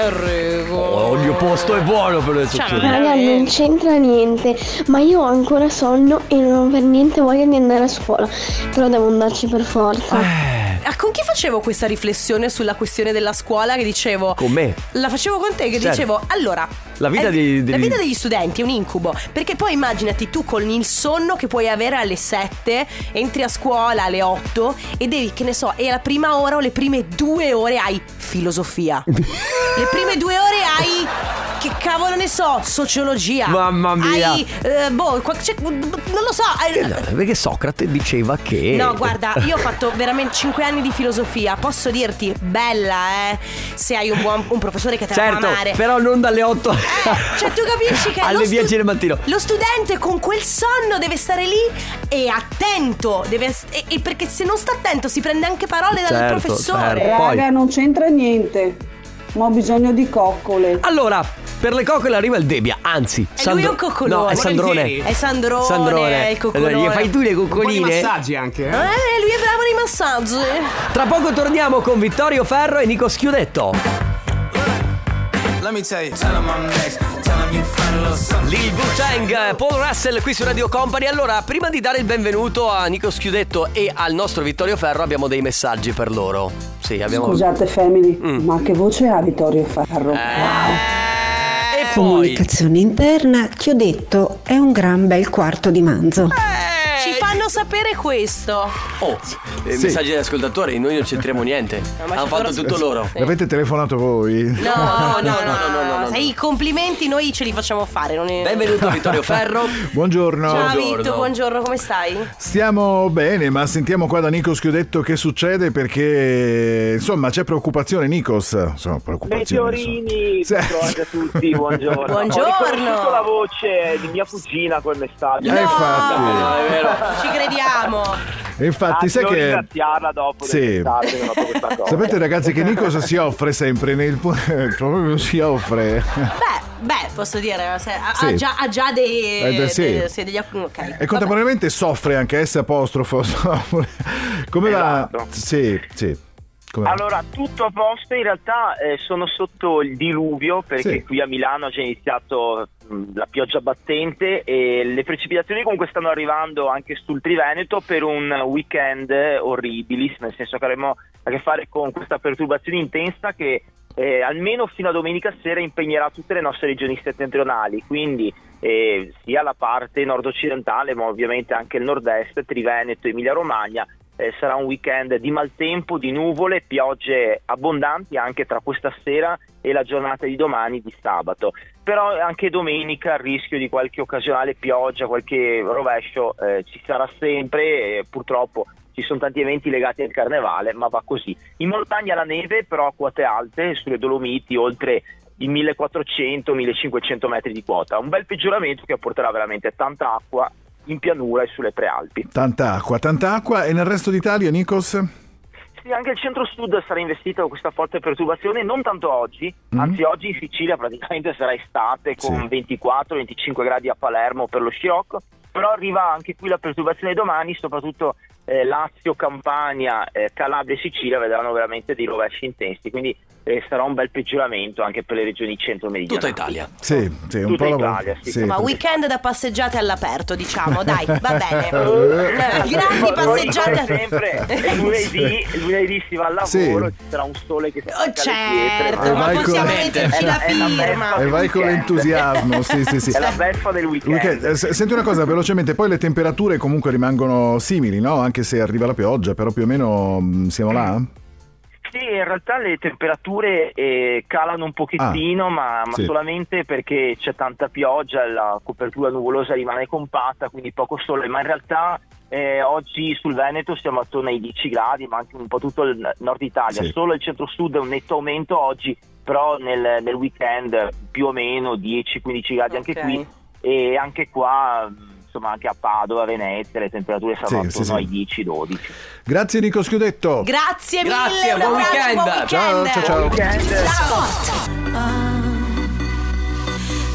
Speaker 2: Arrivo.
Speaker 1: Oh, ogni posto è buono per le
Speaker 2: Cioè,
Speaker 1: zozzerie.
Speaker 31: Raga, non c'entra niente, ma io ho ancora sonno e non ho per niente voglia di andare a scuola. Però devo andarci per forza.
Speaker 1: Eh.
Speaker 2: Ah, con chi facevo questa riflessione sulla questione della scuola che dicevo
Speaker 1: Con me.
Speaker 2: La facevo con te che
Speaker 1: Certo.
Speaker 2: dicevo Allora
Speaker 1: La vita
Speaker 2: eh,
Speaker 1: di- di-
Speaker 2: la vita degli studenti è un incubo Perché poi immaginati tu con il sonno che puoi avere alle 7 Entri a scuola alle 8 E devi che ne so E la prima ora o le prime due ore hai filosofia Le prime due ore hai che cavolo ne so, sociologia.
Speaker 1: Mamma mia.
Speaker 2: Hai, eh, boh, qua- c'è- non lo so. hai-
Speaker 1: Eh, no, Perché Socrate diceva che.
Speaker 2: No, guarda, io ho fatto veramente 5 anni di filosofia. Posso dirti, bella, eh, se hai un buon un professore che te la
Speaker 1: [LAUGHS] Certo,
Speaker 2: fa amare.
Speaker 1: però non dalle 8
Speaker 2: Cioè, tu capisci che lo,
Speaker 1: [LAUGHS] alle
Speaker 2: stu-
Speaker 1: 10 del mattino.
Speaker 2: lo studente con quel sonno deve stare lì e attento. deve s- e- e perché se non sta attento si prende anche parole dal
Speaker 1: Certo,
Speaker 2: professore.
Speaker 1: certo. Poi- Raga,
Speaker 32: Eh, non c'entra niente, ma ho bisogno di coccole.
Speaker 1: Allora, per le coccole arriva il Debbia, anzi,
Speaker 2: E lui è un coccolone.
Speaker 1: No, è Sandrone.
Speaker 2: Volentieri. È Sandrone, è il coccolone.
Speaker 1: Allora, gli fai tu le coccoline.
Speaker 2: Eh, lui è bravo nei massaggi.
Speaker 1: Tra poco torniamo con Vittorio Ferro e Nico Schiudetto.
Speaker 32: Let me tell you, tell 'em I'm next. Tell 'em you find a little something.
Speaker 1: Lil Wu Tang, Paul Russell qui su Radio Company. Allora, prima di dare il benvenuto a Nico Schiudetto e al nostro Vittorio Ferro, abbiamo dei messaggi per loro. Sì, abbiamo.
Speaker 32: Scusate family, ma che voce ha Vittorio Ferro?
Speaker 1: E poi.
Speaker 33: Comunicazione interna, ti ho detto, è un gran bel quarto di manzo.
Speaker 34: Ah,
Speaker 2: Ci fanno sapere questo.
Speaker 1: Oh, eh,
Speaker 18: Sì.
Speaker 1: messaggi degli ascoltatori, noi non c'entriamo niente. Hanno fatto tutto loro.
Speaker 18: L'avete telefonato voi?
Speaker 2: No, no, no, no, no, no,
Speaker 1: no, no.
Speaker 2: Sai, i complimenti noi ce li facciamo fare. Non è...
Speaker 18: [LAUGHS]
Speaker 1: Benvenuto Vittorio Ferro.
Speaker 18: Buongiorno.
Speaker 2: Ciao Vitto, buongiorno, come stai?
Speaker 18: Stiamo bene, ma sentiamo qua da Nikos Chiudetto che succede perché insomma c'è preoccupazione Nikos. Insomma, preoccupazione.
Speaker 21: Peggiorini, trovate a tutti, buongiorno.
Speaker 18: Buongiorno.
Speaker 21: Ho riconosciuto la voce di mia cugina quel messaggio.
Speaker 18: Eh, infatti. No,
Speaker 21: è vero.
Speaker 2: Ci crediamo.
Speaker 18: E infatti,
Speaker 21: Ah,
Speaker 18: sai
Speaker 21: devo
Speaker 18: che
Speaker 21: ringraziarla dopo del
Speaker 18: Sì.
Speaker 21: messaggio che mi ha fatto questa cosa.
Speaker 18: Sapete ragazzi che Nikos si offre sempre nel [LAUGHS] proprio si offre.
Speaker 2: Beh, beh, posso dire, se- ha, ha
Speaker 18: Sì.
Speaker 2: già, ha già dei,
Speaker 18: Eh, beh, sì. Eh,
Speaker 2: dei- se degli ok.
Speaker 18: E contemporaneamente soffre anche S apostrofo. Come va? Sì, sì. Come va?
Speaker 21: Allora, tutto a posto, in realtà eh, sono sotto il diluvio perché
Speaker 18: Sì.
Speaker 21: qui a Milano c'è iniziato mh, la pioggia battente e le precipitazioni comunque stanno arrivando anche sul Triveneto per un weekend orribilissimo, nel senso che avremo a che fare con questa perturbazione intensa che eh, almeno fino a domenica sera impegnerà tutte le nostre regioni settentrionali, quindi eh, sia la parte nord-occidentale ma ovviamente anche il nord-est, Triveneto, Emilia-Romagna, eh, sarà un weekend di maltempo, di nuvole, piogge abbondanti anche tra questa sera e la giornata di domani di sabato. Però anche domenica il rischio di qualche occasionale pioggia, qualche rovescio eh, ci sarà sempre, eh, purtroppo ci sono tanti eventi legati al carnevale, ma va così. In montagna la neve però a quote alte, sulle Dolomiti, oltre i 1400-1500 metri di quota, un bel peggioramento che porterà veramente tanta acqua in pianura e sulle prealpi.
Speaker 18: Tanta acqua, tanta acqua e nel resto d'Italia Nikos?
Speaker 21: Sì, anche il centro-sud sarà investito da questa forte perturbazione, non tanto oggi, anzi oggi in Sicilia praticamente sarà estate con 24-25 gradi a Palermo per lo scirocco, però arriva anche qui la perturbazione domani, soprattutto eh, Lazio, Campania, eh, Calabria e Sicilia vedranno veramente dei rovesci intensi, quindi eh, sarà un bel peggioramento anche per le regioni centro-meridionali. Tutta Italia.
Speaker 18: Sì, sì, un
Speaker 21: Tutta
Speaker 18: po' la-
Speaker 21: Italia, sì.
Speaker 2: Insomma, weekend da passeggiate all'aperto, diciamo, dai,
Speaker 18: [LAUGHS]
Speaker 2: va bene. Eh, Grandi passeggiate.
Speaker 18: [LAUGHS]
Speaker 2: [LAUGHS]
Speaker 21: sempre è lunedì, lunedì si va al lavoro,
Speaker 18: Sì.
Speaker 21: ci sarà un sole che si
Speaker 2: Oh,
Speaker 21: attacca alle pietre.
Speaker 2: certo, ma
Speaker 18: vai
Speaker 2: possiamo
Speaker 18: con-
Speaker 2: metterci
Speaker 21: È
Speaker 2: la
Speaker 21: la- è la
Speaker 2: firma.
Speaker 21: beffa
Speaker 18: E vai con
Speaker 21: weekend.
Speaker 18: l'entusiasmo, sì, sì, sì.
Speaker 21: È la beffa del weekend.
Speaker 18: Weekend, eh, se- Senti una cosa velocemente, poi le temperature comunque rimangono simili, no? Anche se arriva la pioggia, però più o meno mh, siamo là.
Speaker 21: Sì, in realtà le temperature eh, calano un pochettino, ma, ma
Speaker 18: Ah, sì.
Speaker 21: solamente perché c'è tanta pioggia, la copertura nuvolosa rimane compatta, quindi poco sole, ma in realtà eh, oggi sul Veneto siamo attorno ai 10 gradi, ma anche un po' tutto il nord Italia,
Speaker 18: Sì.
Speaker 21: solo il centro-sud è un netto aumento oggi, però nel, nel weekend più o meno 10-15 gradi anche
Speaker 2: Ok.
Speaker 21: qui e anche qua, insomma anche a Padova, Venezia, le temperature saranno
Speaker 18: Sì, sì,
Speaker 21: attorno ai 10-12.
Speaker 18: Grazie Nico Schiudetto.
Speaker 2: Grazie mille,
Speaker 21: Grazie,
Speaker 2: un
Speaker 21: buon
Speaker 2: abbraccio,
Speaker 21: weekend.
Speaker 2: buon
Speaker 18: Ciao,
Speaker 2: weekend.
Speaker 18: ciao, ciao. Buon weekend.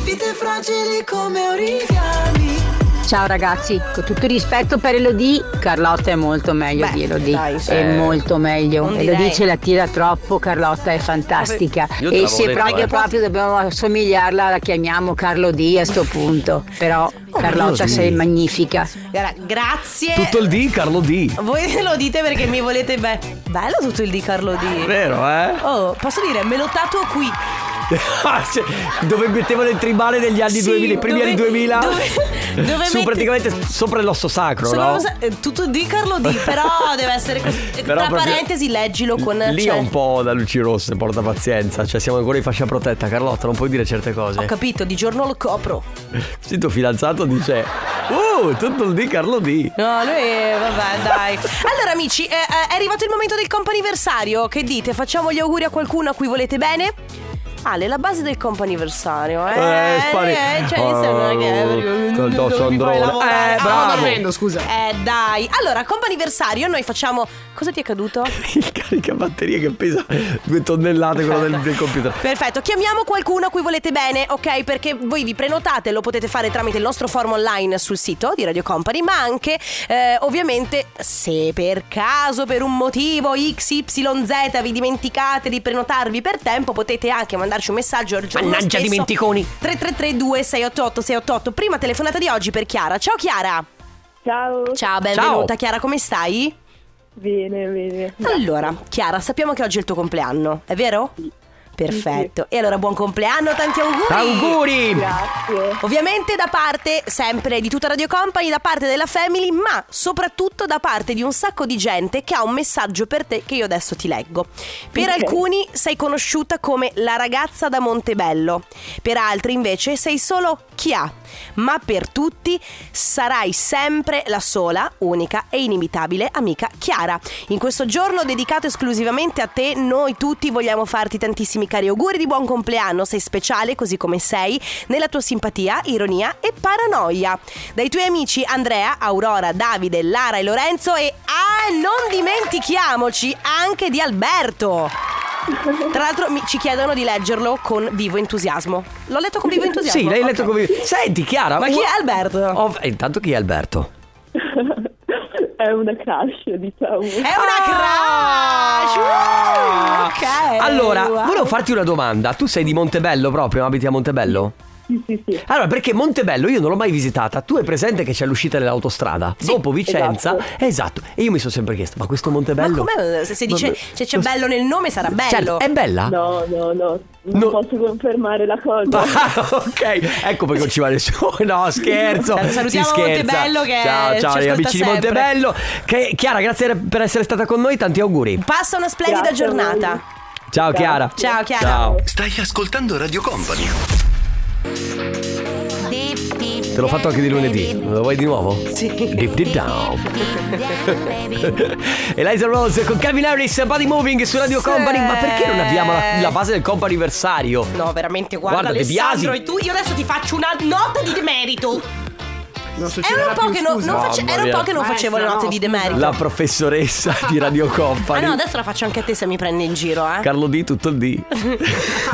Speaker 14: Vite fragili come origami.
Speaker 3: Ciao ragazzi, con tutto rispetto per Elodie, Carlotta è molto meglio di Elodie. è sì. molto meglio. Non Elodie direi. ce la tira troppo, Carlotta è fantastica. Io te E l'avevo se detto, proprio, eh. proprio dobbiamo somigliarla, la chiamiamo Carlo D a sto punto. Però Carlotta
Speaker 1: Elodie.
Speaker 3: sei magnifica.
Speaker 2: Gra- grazie.
Speaker 1: Tutto il D, Carlo D.
Speaker 2: Voi lo dite perché mi volete beh, bello tutto il di Carlo D.
Speaker 1: Vero, eh?
Speaker 2: Oh, posso dire, me lo tatuo qui.
Speaker 1: [LAUGHS] Cioè, dove mettevano il tribale degli anni
Speaker 2: Sì,
Speaker 1: 2000, i primi
Speaker 2: dove-
Speaker 1: anni 2000, [LAUGHS]
Speaker 2: dove- dove
Speaker 1: su
Speaker 2: metti-
Speaker 1: praticamente sopra l'osso sacro,
Speaker 2: Sono
Speaker 1: no?
Speaker 2: cosa- eh, tutto di Carlo D, però deve essere così.
Speaker 1: [LAUGHS] Però
Speaker 2: Tra
Speaker 1: proprio-
Speaker 2: parentesi, leggilo con
Speaker 1: Lì è
Speaker 2: cioè,
Speaker 1: un po' da luci rosse, porta pazienza, cioè siamo ancora in fascia protetta, Carlotta, non puoi dire certe
Speaker 2: Ho
Speaker 1: cose. [LAUGHS]
Speaker 2: capito, di giorno lo copro.
Speaker 1: Sì, tuo fidanzato dice, uh, tutto il D, Carlo D.
Speaker 2: No, lui vabbè, dai. Allora, amici, eh, eh, è arrivato il momento del comp'anniversario. Che dite? Facciamo gli auguri a qualcuno a cui volete bene? Ale, la base del comp'anniversario, eh?
Speaker 1: Eh, spari-
Speaker 2: eh, cioè, mi sembra che-
Speaker 1: Oh, col dosso
Speaker 2: Mi fai
Speaker 1: androne.
Speaker 2: lavorare.
Speaker 1: Eh,
Speaker 2: Ah,
Speaker 1: bravo.
Speaker 2: vabbè. Eh, dai. Allora, comp'anniversario, noi facciamo. Cosa ti è accaduto?
Speaker 1: Carica batterie che pesa due tonnellate quello del, del computer.
Speaker 2: Perfetto, chiamiamo qualcuno a cui volete bene, ok? Perché voi vi prenotate, lo potete fare tramite il nostro form online sul sito di Radio Company, ma anche eh, ovviamente se per caso, per un motivo XYZ vi dimenticate di prenotarvi per tempo, potete anche mandarci un messaggio al giorno
Speaker 1: Mannaggia,
Speaker 2: stesso.
Speaker 1: dimenticoni.
Speaker 2: 333 2688 688 Prima telefonata di oggi per Chiara. Ciao Chiara! Ciao! Ciao, benvenuta
Speaker 11: Ciao.
Speaker 2: Chiara, come stai? Bene, bene. Allora, Chiara, sappiamo che oggi è il tuo compleanno, è vero? Perfetto. E allora buon compleanno, tanti auguri.
Speaker 1: Auguri!
Speaker 2: Grazie. Ovviamente da parte sempre di tutta Radio Company, da parte della Family, ma soprattutto da parte di un sacco di gente che ha un messaggio per te che io adesso ti leggo. Per
Speaker 11: Ok.
Speaker 2: alcuni sei conosciuta come la ragazza da Montebello, per altri invece sei solo chi ha, ma per tutti sarai sempre la sola, unica e inimitabile amica Chiara. In questo giorno dedicato esclusivamente a te, noi tutti vogliamo farti tantissimi cari auguri di buon compleanno, sei speciale così come sei, nella tua simpatia, ironia e paranoia. Dai tuoi amici Andrea, Aurora, Davide, Lara e Lorenzo e ah, non dimentichiamoci anche di Alberto. Tra l'altro mi- ci chiedono di leggerlo con vivo entusiasmo. L'ho letto con vivo entusiasmo.
Speaker 1: Sì, l'hai
Speaker 2: Ok.
Speaker 1: letto come... Senti Chiara...
Speaker 2: Ma chi è Alberto?
Speaker 1: Oh, eh, intanto chi è Alberto?
Speaker 11: È una crush, diciamo. È
Speaker 2: una crush! uh! ok.
Speaker 1: Ah! Allora,
Speaker 11: wow.
Speaker 1: volevo farti una domanda. Tu sei di Montebello proprio, abiti a Montebello?
Speaker 11: Sì, sì, sì.
Speaker 1: Allora, perché Montebello io non l'ho mai visitata. Tu hai presente che c'è l'uscita dell'autostrada? Dopo Vicenza. Esatto. E io mi sono sempre chiesto, ma questo Montebello...
Speaker 2: Com'è, se, se dice
Speaker 1: Vabbè.
Speaker 2: se c'è bello nel nome sarà bello.
Speaker 1: Certo, è bella?
Speaker 11: No, no, no. Non posso confermare la cosa.
Speaker 1: [LAUGHS] Ah, [LAUGHS] ok, ecco perché non ci va nessuno. [LAUGHS] No, scherzo.
Speaker 2: Cioè, Salutiamo
Speaker 1: Si scherza.
Speaker 2: Montebello che
Speaker 1: Ciao, ciao,
Speaker 2: ci
Speaker 1: agli
Speaker 2: ascolta
Speaker 1: amici di
Speaker 2: sempre.
Speaker 1: Montebello. Che- Chiara, grazie per essere stata con noi. Tanti auguri.
Speaker 2: Passa una splendida
Speaker 11: Grazie a voi.
Speaker 2: giornata.
Speaker 1: Ciao, Chiara.
Speaker 2: Ciao, Chiara.
Speaker 1: Ciao.
Speaker 6: Stai ascoltando Radio Company.
Speaker 1: Te l'ho fatto anche di lunedì. Lo vuoi di nuovo? Sì. Deep Deep
Speaker 2: [LAUGHS]
Speaker 1: Down. Eliza Rose con Calvin Harris, Body Moving su Radio
Speaker 2: Sì.
Speaker 1: Company. Ma perché non abbiamo la, la base del comp anniversario?
Speaker 2: No, veramente, guarda,
Speaker 1: Guarda, De
Speaker 2: Alessandro
Speaker 1: Biasi.
Speaker 2: e tu, io adesso ti faccio una nota di demerito. Non era un po' che non, non face-
Speaker 1: Mamma
Speaker 2: era un po'
Speaker 1: mia.
Speaker 2: che non facevo le note di demerito.
Speaker 1: La professoressa di Radio
Speaker 2: Ah
Speaker 1: Company.
Speaker 2: no, adesso la faccio anche a te se mi prendi in giro, eh.
Speaker 1: Carlo D tutto il D.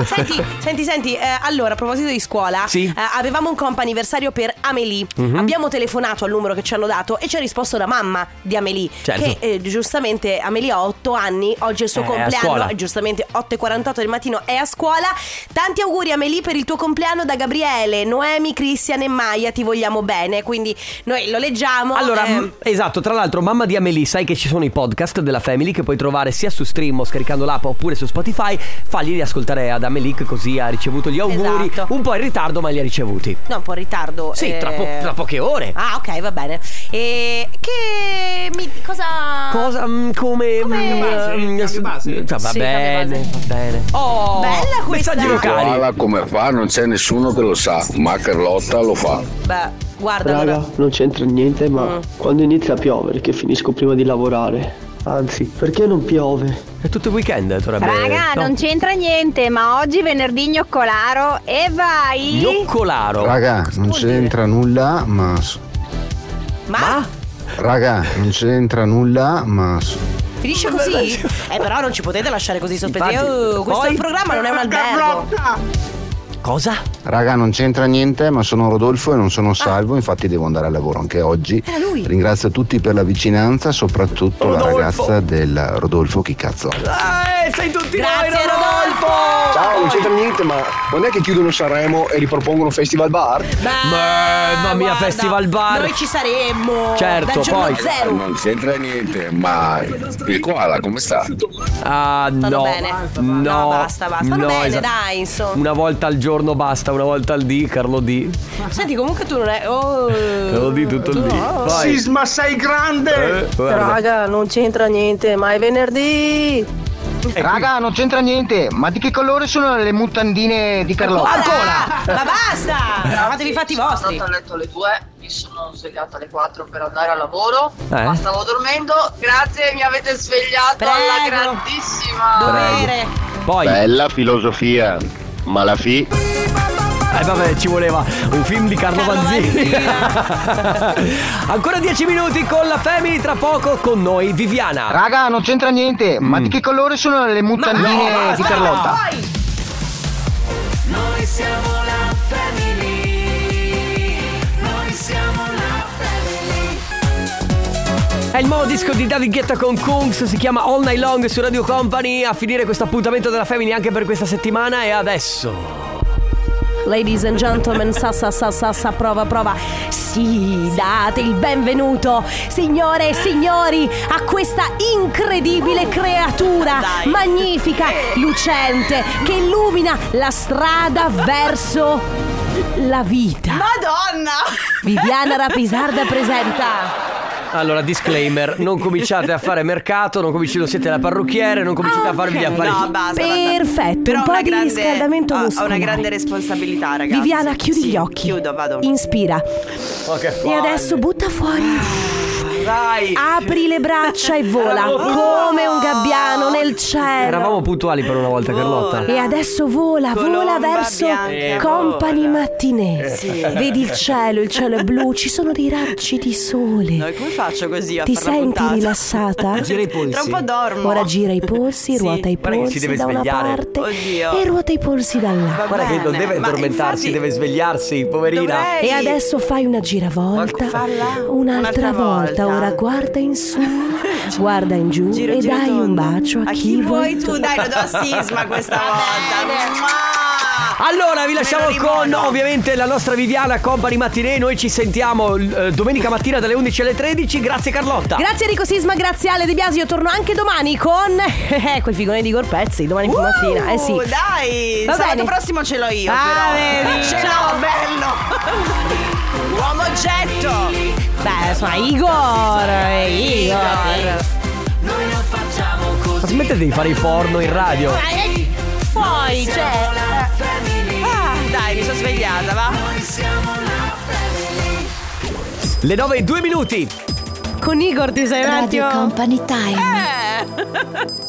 Speaker 2: senti, senti, senti, eh, allora a proposito di scuola,
Speaker 1: Sì.
Speaker 2: eh, avevamo un comp anniversario per Amelie.
Speaker 1: Mhm.
Speaker 2: Abbiamo telefonato al numero che ci hanno dato e ci ha risposto la mamma di Amelie.
Speaker 1: Certo.
Speaker 2: Che eh, giustamente Amelie ha 8 anni, oggi è il suo
Speaker 1: Eh, è a
Speaker 2: compleanno,
Speaker 1: scuola.
Speaker 2: è giustamente 8.48 del mattino è a scuola. Tanti auguri Amelie per il tuo compleanno da Gabriele, Noemi, Cristian e Maia, ti vogliamo bene. Quindi noi lo leggiamo.
Speaker 1: [LAUGHS] Allora,
Speaker 2: eh,
Speaker 1: m- esatto, tra l'altro, mamma di Amelie, sai che ci sono i podcast della Family che puoi trovare sia su stream o scaricando l'app oppure su Spotify. Fagli riascoltare ad Amelie che così ha ricevuto gli auguri.
Speaker 2: Esatto.
Speaker 1: Un po' in ritardo, ma li ha ricevuti.
Speaker 2: No, un po' in ritardo.
Speaker 1: Sì, tra, po- tra poche ore.
Speaker 2: Ah, ok, va bene. E che mi, cosa
Speaker 1: Cosa mm, come, mm, mm, s- cioè, va
Speaker 2: Sì,
Speaker 1: bene, va bene. Oh,
Speaker 2: bella questa.
Speaker 1: messaggi vocali.
Speaker 5: Koala come fa non c'è nessuno che lo sa, ma Carlotta lo fa.
Speaker 2: Beh, guarda Mm.
Speaker 12: Raga,
Speaker 2: allora.
Speaker 12: non c'entra niente, ma quando inizia a piovere che finisco prima di lavorare. Anzi, perché non piove?
Speaker 1: È tutto il weekend, dovrebbe
Speaker 34: Raga,
Speaker 1: no?
Speaker 34: non c'entra niente, ma oggi venerdì gnoccolaro e vai!
Speaker 1: Gnoccolaro.
Speaker 4: Raga, non c'entra nulla, ma.
Speaker 2: Ma?
Speaker 4: Raga, non c'entra nulla, ma.
Speaker 2: Finisce così? eh, però non ci potete lasciare così sospetti.
Speaker 4: Infatti,
Speaker 2: Oh, questo
Speaker 4: poi-
Speaker 2: programma non è un albergo.
Speaker 1: Cosa?
Speaker 4: Raga, non c'entra niente, ma sono Rodolfo e non sono salvo, infatti devo andare al lavoro anche oggi. Ringrazio tutti per la vicinanza, soprattutto la ragazza del Rodolfo Chi cazzo.
Speaker 1: Eh, sei tutti Grazie, noi, Rodolfo!
Speaker 5: Ciao, non c'entra niente, ma non è che chiudono Sanremo e ripropongono Festival Bar?
Speaker 1: Mamma mia, Festival Bar.
Speaker 2: Noi ci saremmo.
Speaker 1: Certo,
Speaker 2: dal giorno zero.
Speaker 5: Eh, Non c'entra niente, ma il koala come sta?
Speaker 1: Ah,
Speaker 2: Stanno
Speaker 1: no.
Speaker 2: bene.
Speaker 1: no.
Speaker 2: No, basta, basta. Stanno
Speaker 1: No,
Speaker 2: bene,
Speaker 1: esatto.
Speaker 2: dai, insomma.
Speaker 1: Una volta al giorno basta, una volta al D, Carlo D.
Speaker 2: Senti, comunque tu non è. Oh.
Speaker 1: Carlo D tutto il D. Vai.
Speaker 2: Sisma, sei grande!
Speaker 1: Eh, guarda.
Speaker 8: Raga, non c'entra niente, ma è venerdì. Raga, non c'entra niente, ma di che colore sono le mutandine di Carlotta?
Speaker 2: Ma basta! Fatevi i fatti vostri.
Speaker 35: Sono andata a letto alle 2, mi sono svegliata alle 4 per andare al lavoro.
Speaker 4: Eh.
Speaker 35: Ma stavo dormendo. Grazie, mi avete svegliato alla grandissima.
Speaker 1: Poi.
Speaker 17: Bella filosofia, ma la fi.
Speaker 1: Eh vabbè, ci voleva un film di Carlo, Vanzini. [LAUGHS] Ancora 10 minuti con la Family, tra poco con noi Viviana.
Speaker 8: Raga, non c'entra niente, ma di che colore sono le mutandine
Speaker 1: Ma no,
Speaker 8: di
Speaker 1: basta,
Speaker 8: Carlotta?
Speaker 14: Noi siamo la family. Noi siamo la family.
Speaker 1: È il nuovo disco di David Guetta con Kungs, si chiama All Night Long su Radio Company, a finire questo appuntamento della Family anche per questa settimana e adesso...
Speaker 2: Ladies and gentlemen, sa sa sa sa sa, prova prova. Sì, date il benvenuto, signore e signori, a questa
Speaker 20: Oh,
Speaker 2: incredibile creatura magnifica, lucente, che illumina la strada verso la vita. Madonna! Viviana Rapisarda presenta.
Speaker 1: Allora, disclaimer, non cominciate a fare mercato, non cominciate, non siete la parrucchiere, non cominciate
Speaker 2: Ah,
Speaker 1: a farvi gli affari.
Speaker 2: Perfetto, un po' di riscaldamento
Speaker 20: ho
Speaker 2: muscolare.
Speaker 20: ah, una grande responsabilità, ragazzi.
Speaker 2: Viviana, chiudi gli occhi.
Speaker 20: Chiudo, vado.
Speaker 2: Inspira.
Speaker 20: Oh, che
Speaker 2: e
Speaker 20: palle.
Speaker 2: adesso butta fuori. Apri le braccia e vola
Speaker 1: Bravo.
Speaker 2: come un gabbiano nel cielo.
Speaker 1: Eravamo puntuali per una volta, Carlotta.
Speaker 2: E adesso vola, vola verso
Speaker 1: bianca.
Speaker 2: Company
Speaker 20: Ecco.
Speaker 2: Mattinè.
Speaker 1: Eh, sì.
Speaker 2: Vedi il cielo, il cielo è blu, ci sono dei raggi di sole.
Speaker 20: No, e come faccio così a
Speaker 2: Ti
Speaker 20: farla
Speaker 2: senti
Speaker 20: puntata?
Speaker 1: [LAUGHS]
Speaker 2: rilassata?
Speaker 20: Gira i polsi. Tra un po' dormo.
Speaker 2: Ora gira i polsi, ruota i
Speaker 1: guarda che si
Speaker 2: polsi
Speaker 1: deve
Speaker 2: da una
Speaker 1: svegliare.
Speaker 2: parte
Speaker 20: Oddio.
Speaker 2: e ruota i polsi dall'altra.
Speaker 1: Guarda che non deve addormentarsi, deve svegliarsi, poverina.
Speaker 2: E adesso fai una giravolta, un'altra volta, ora guarda in
Speaker 20: [LAUGHS]
Speaker 2: su, guarda in giù
Speaker 20: Giro,
Speaker 2: e
Speaker 20: giro
Speaker 2: dai un bacio a,
Speaker 20: Chi vuoi
Speaker 2: vuoi
Speaker 20: tu? Dai, lo do a Sisma
Speaker 2: [LAUGHS]
Speaker 20: questa volta.
Speaker 2: Ah,
Speaker 1: Allora, vi lasciamo con ovviamente la nostra Viviana Company Mattinè. Noi ci sentiamo eh, domenica mattina dalle 11 alle 13. Grazie, Carlotta.
Speaker 2: Grazie Enrico Sisma, grazie Ale De Biasio, torno anche domani con [LAUGHS] eh, quel figone di Gorpezzi, domani mattina, eh sì.
Speaker 20: Uh, dai,
Speaker 2: Va
Speaker 20: sabato
Speaker 2: bene.
Speaker 20: prossimo ce l'ho io.
Speaker 2: Ah,
Speaker 20: però.
Speaker 2: vedi,
Speaker 20: [LAUGHS] ce
Speaker 2: ciao.
Speaker 20: l'ho, bello. Uomo oggetto.
Speaker 2: Beh, insomma, Igor, eh, Igor.
Speaker 14: Noi lo facciamo
Speaker 1: Ma smettete di fare i porno in radio.
Speaker 2: Poi c'è.
Speaker 20: Ah, dai, mi sono svegliata, va.
Speaker 1: Le 9 e 2 minuti.
Speaker 2: Con Igor ti sei un attimo. Company Time. Eh.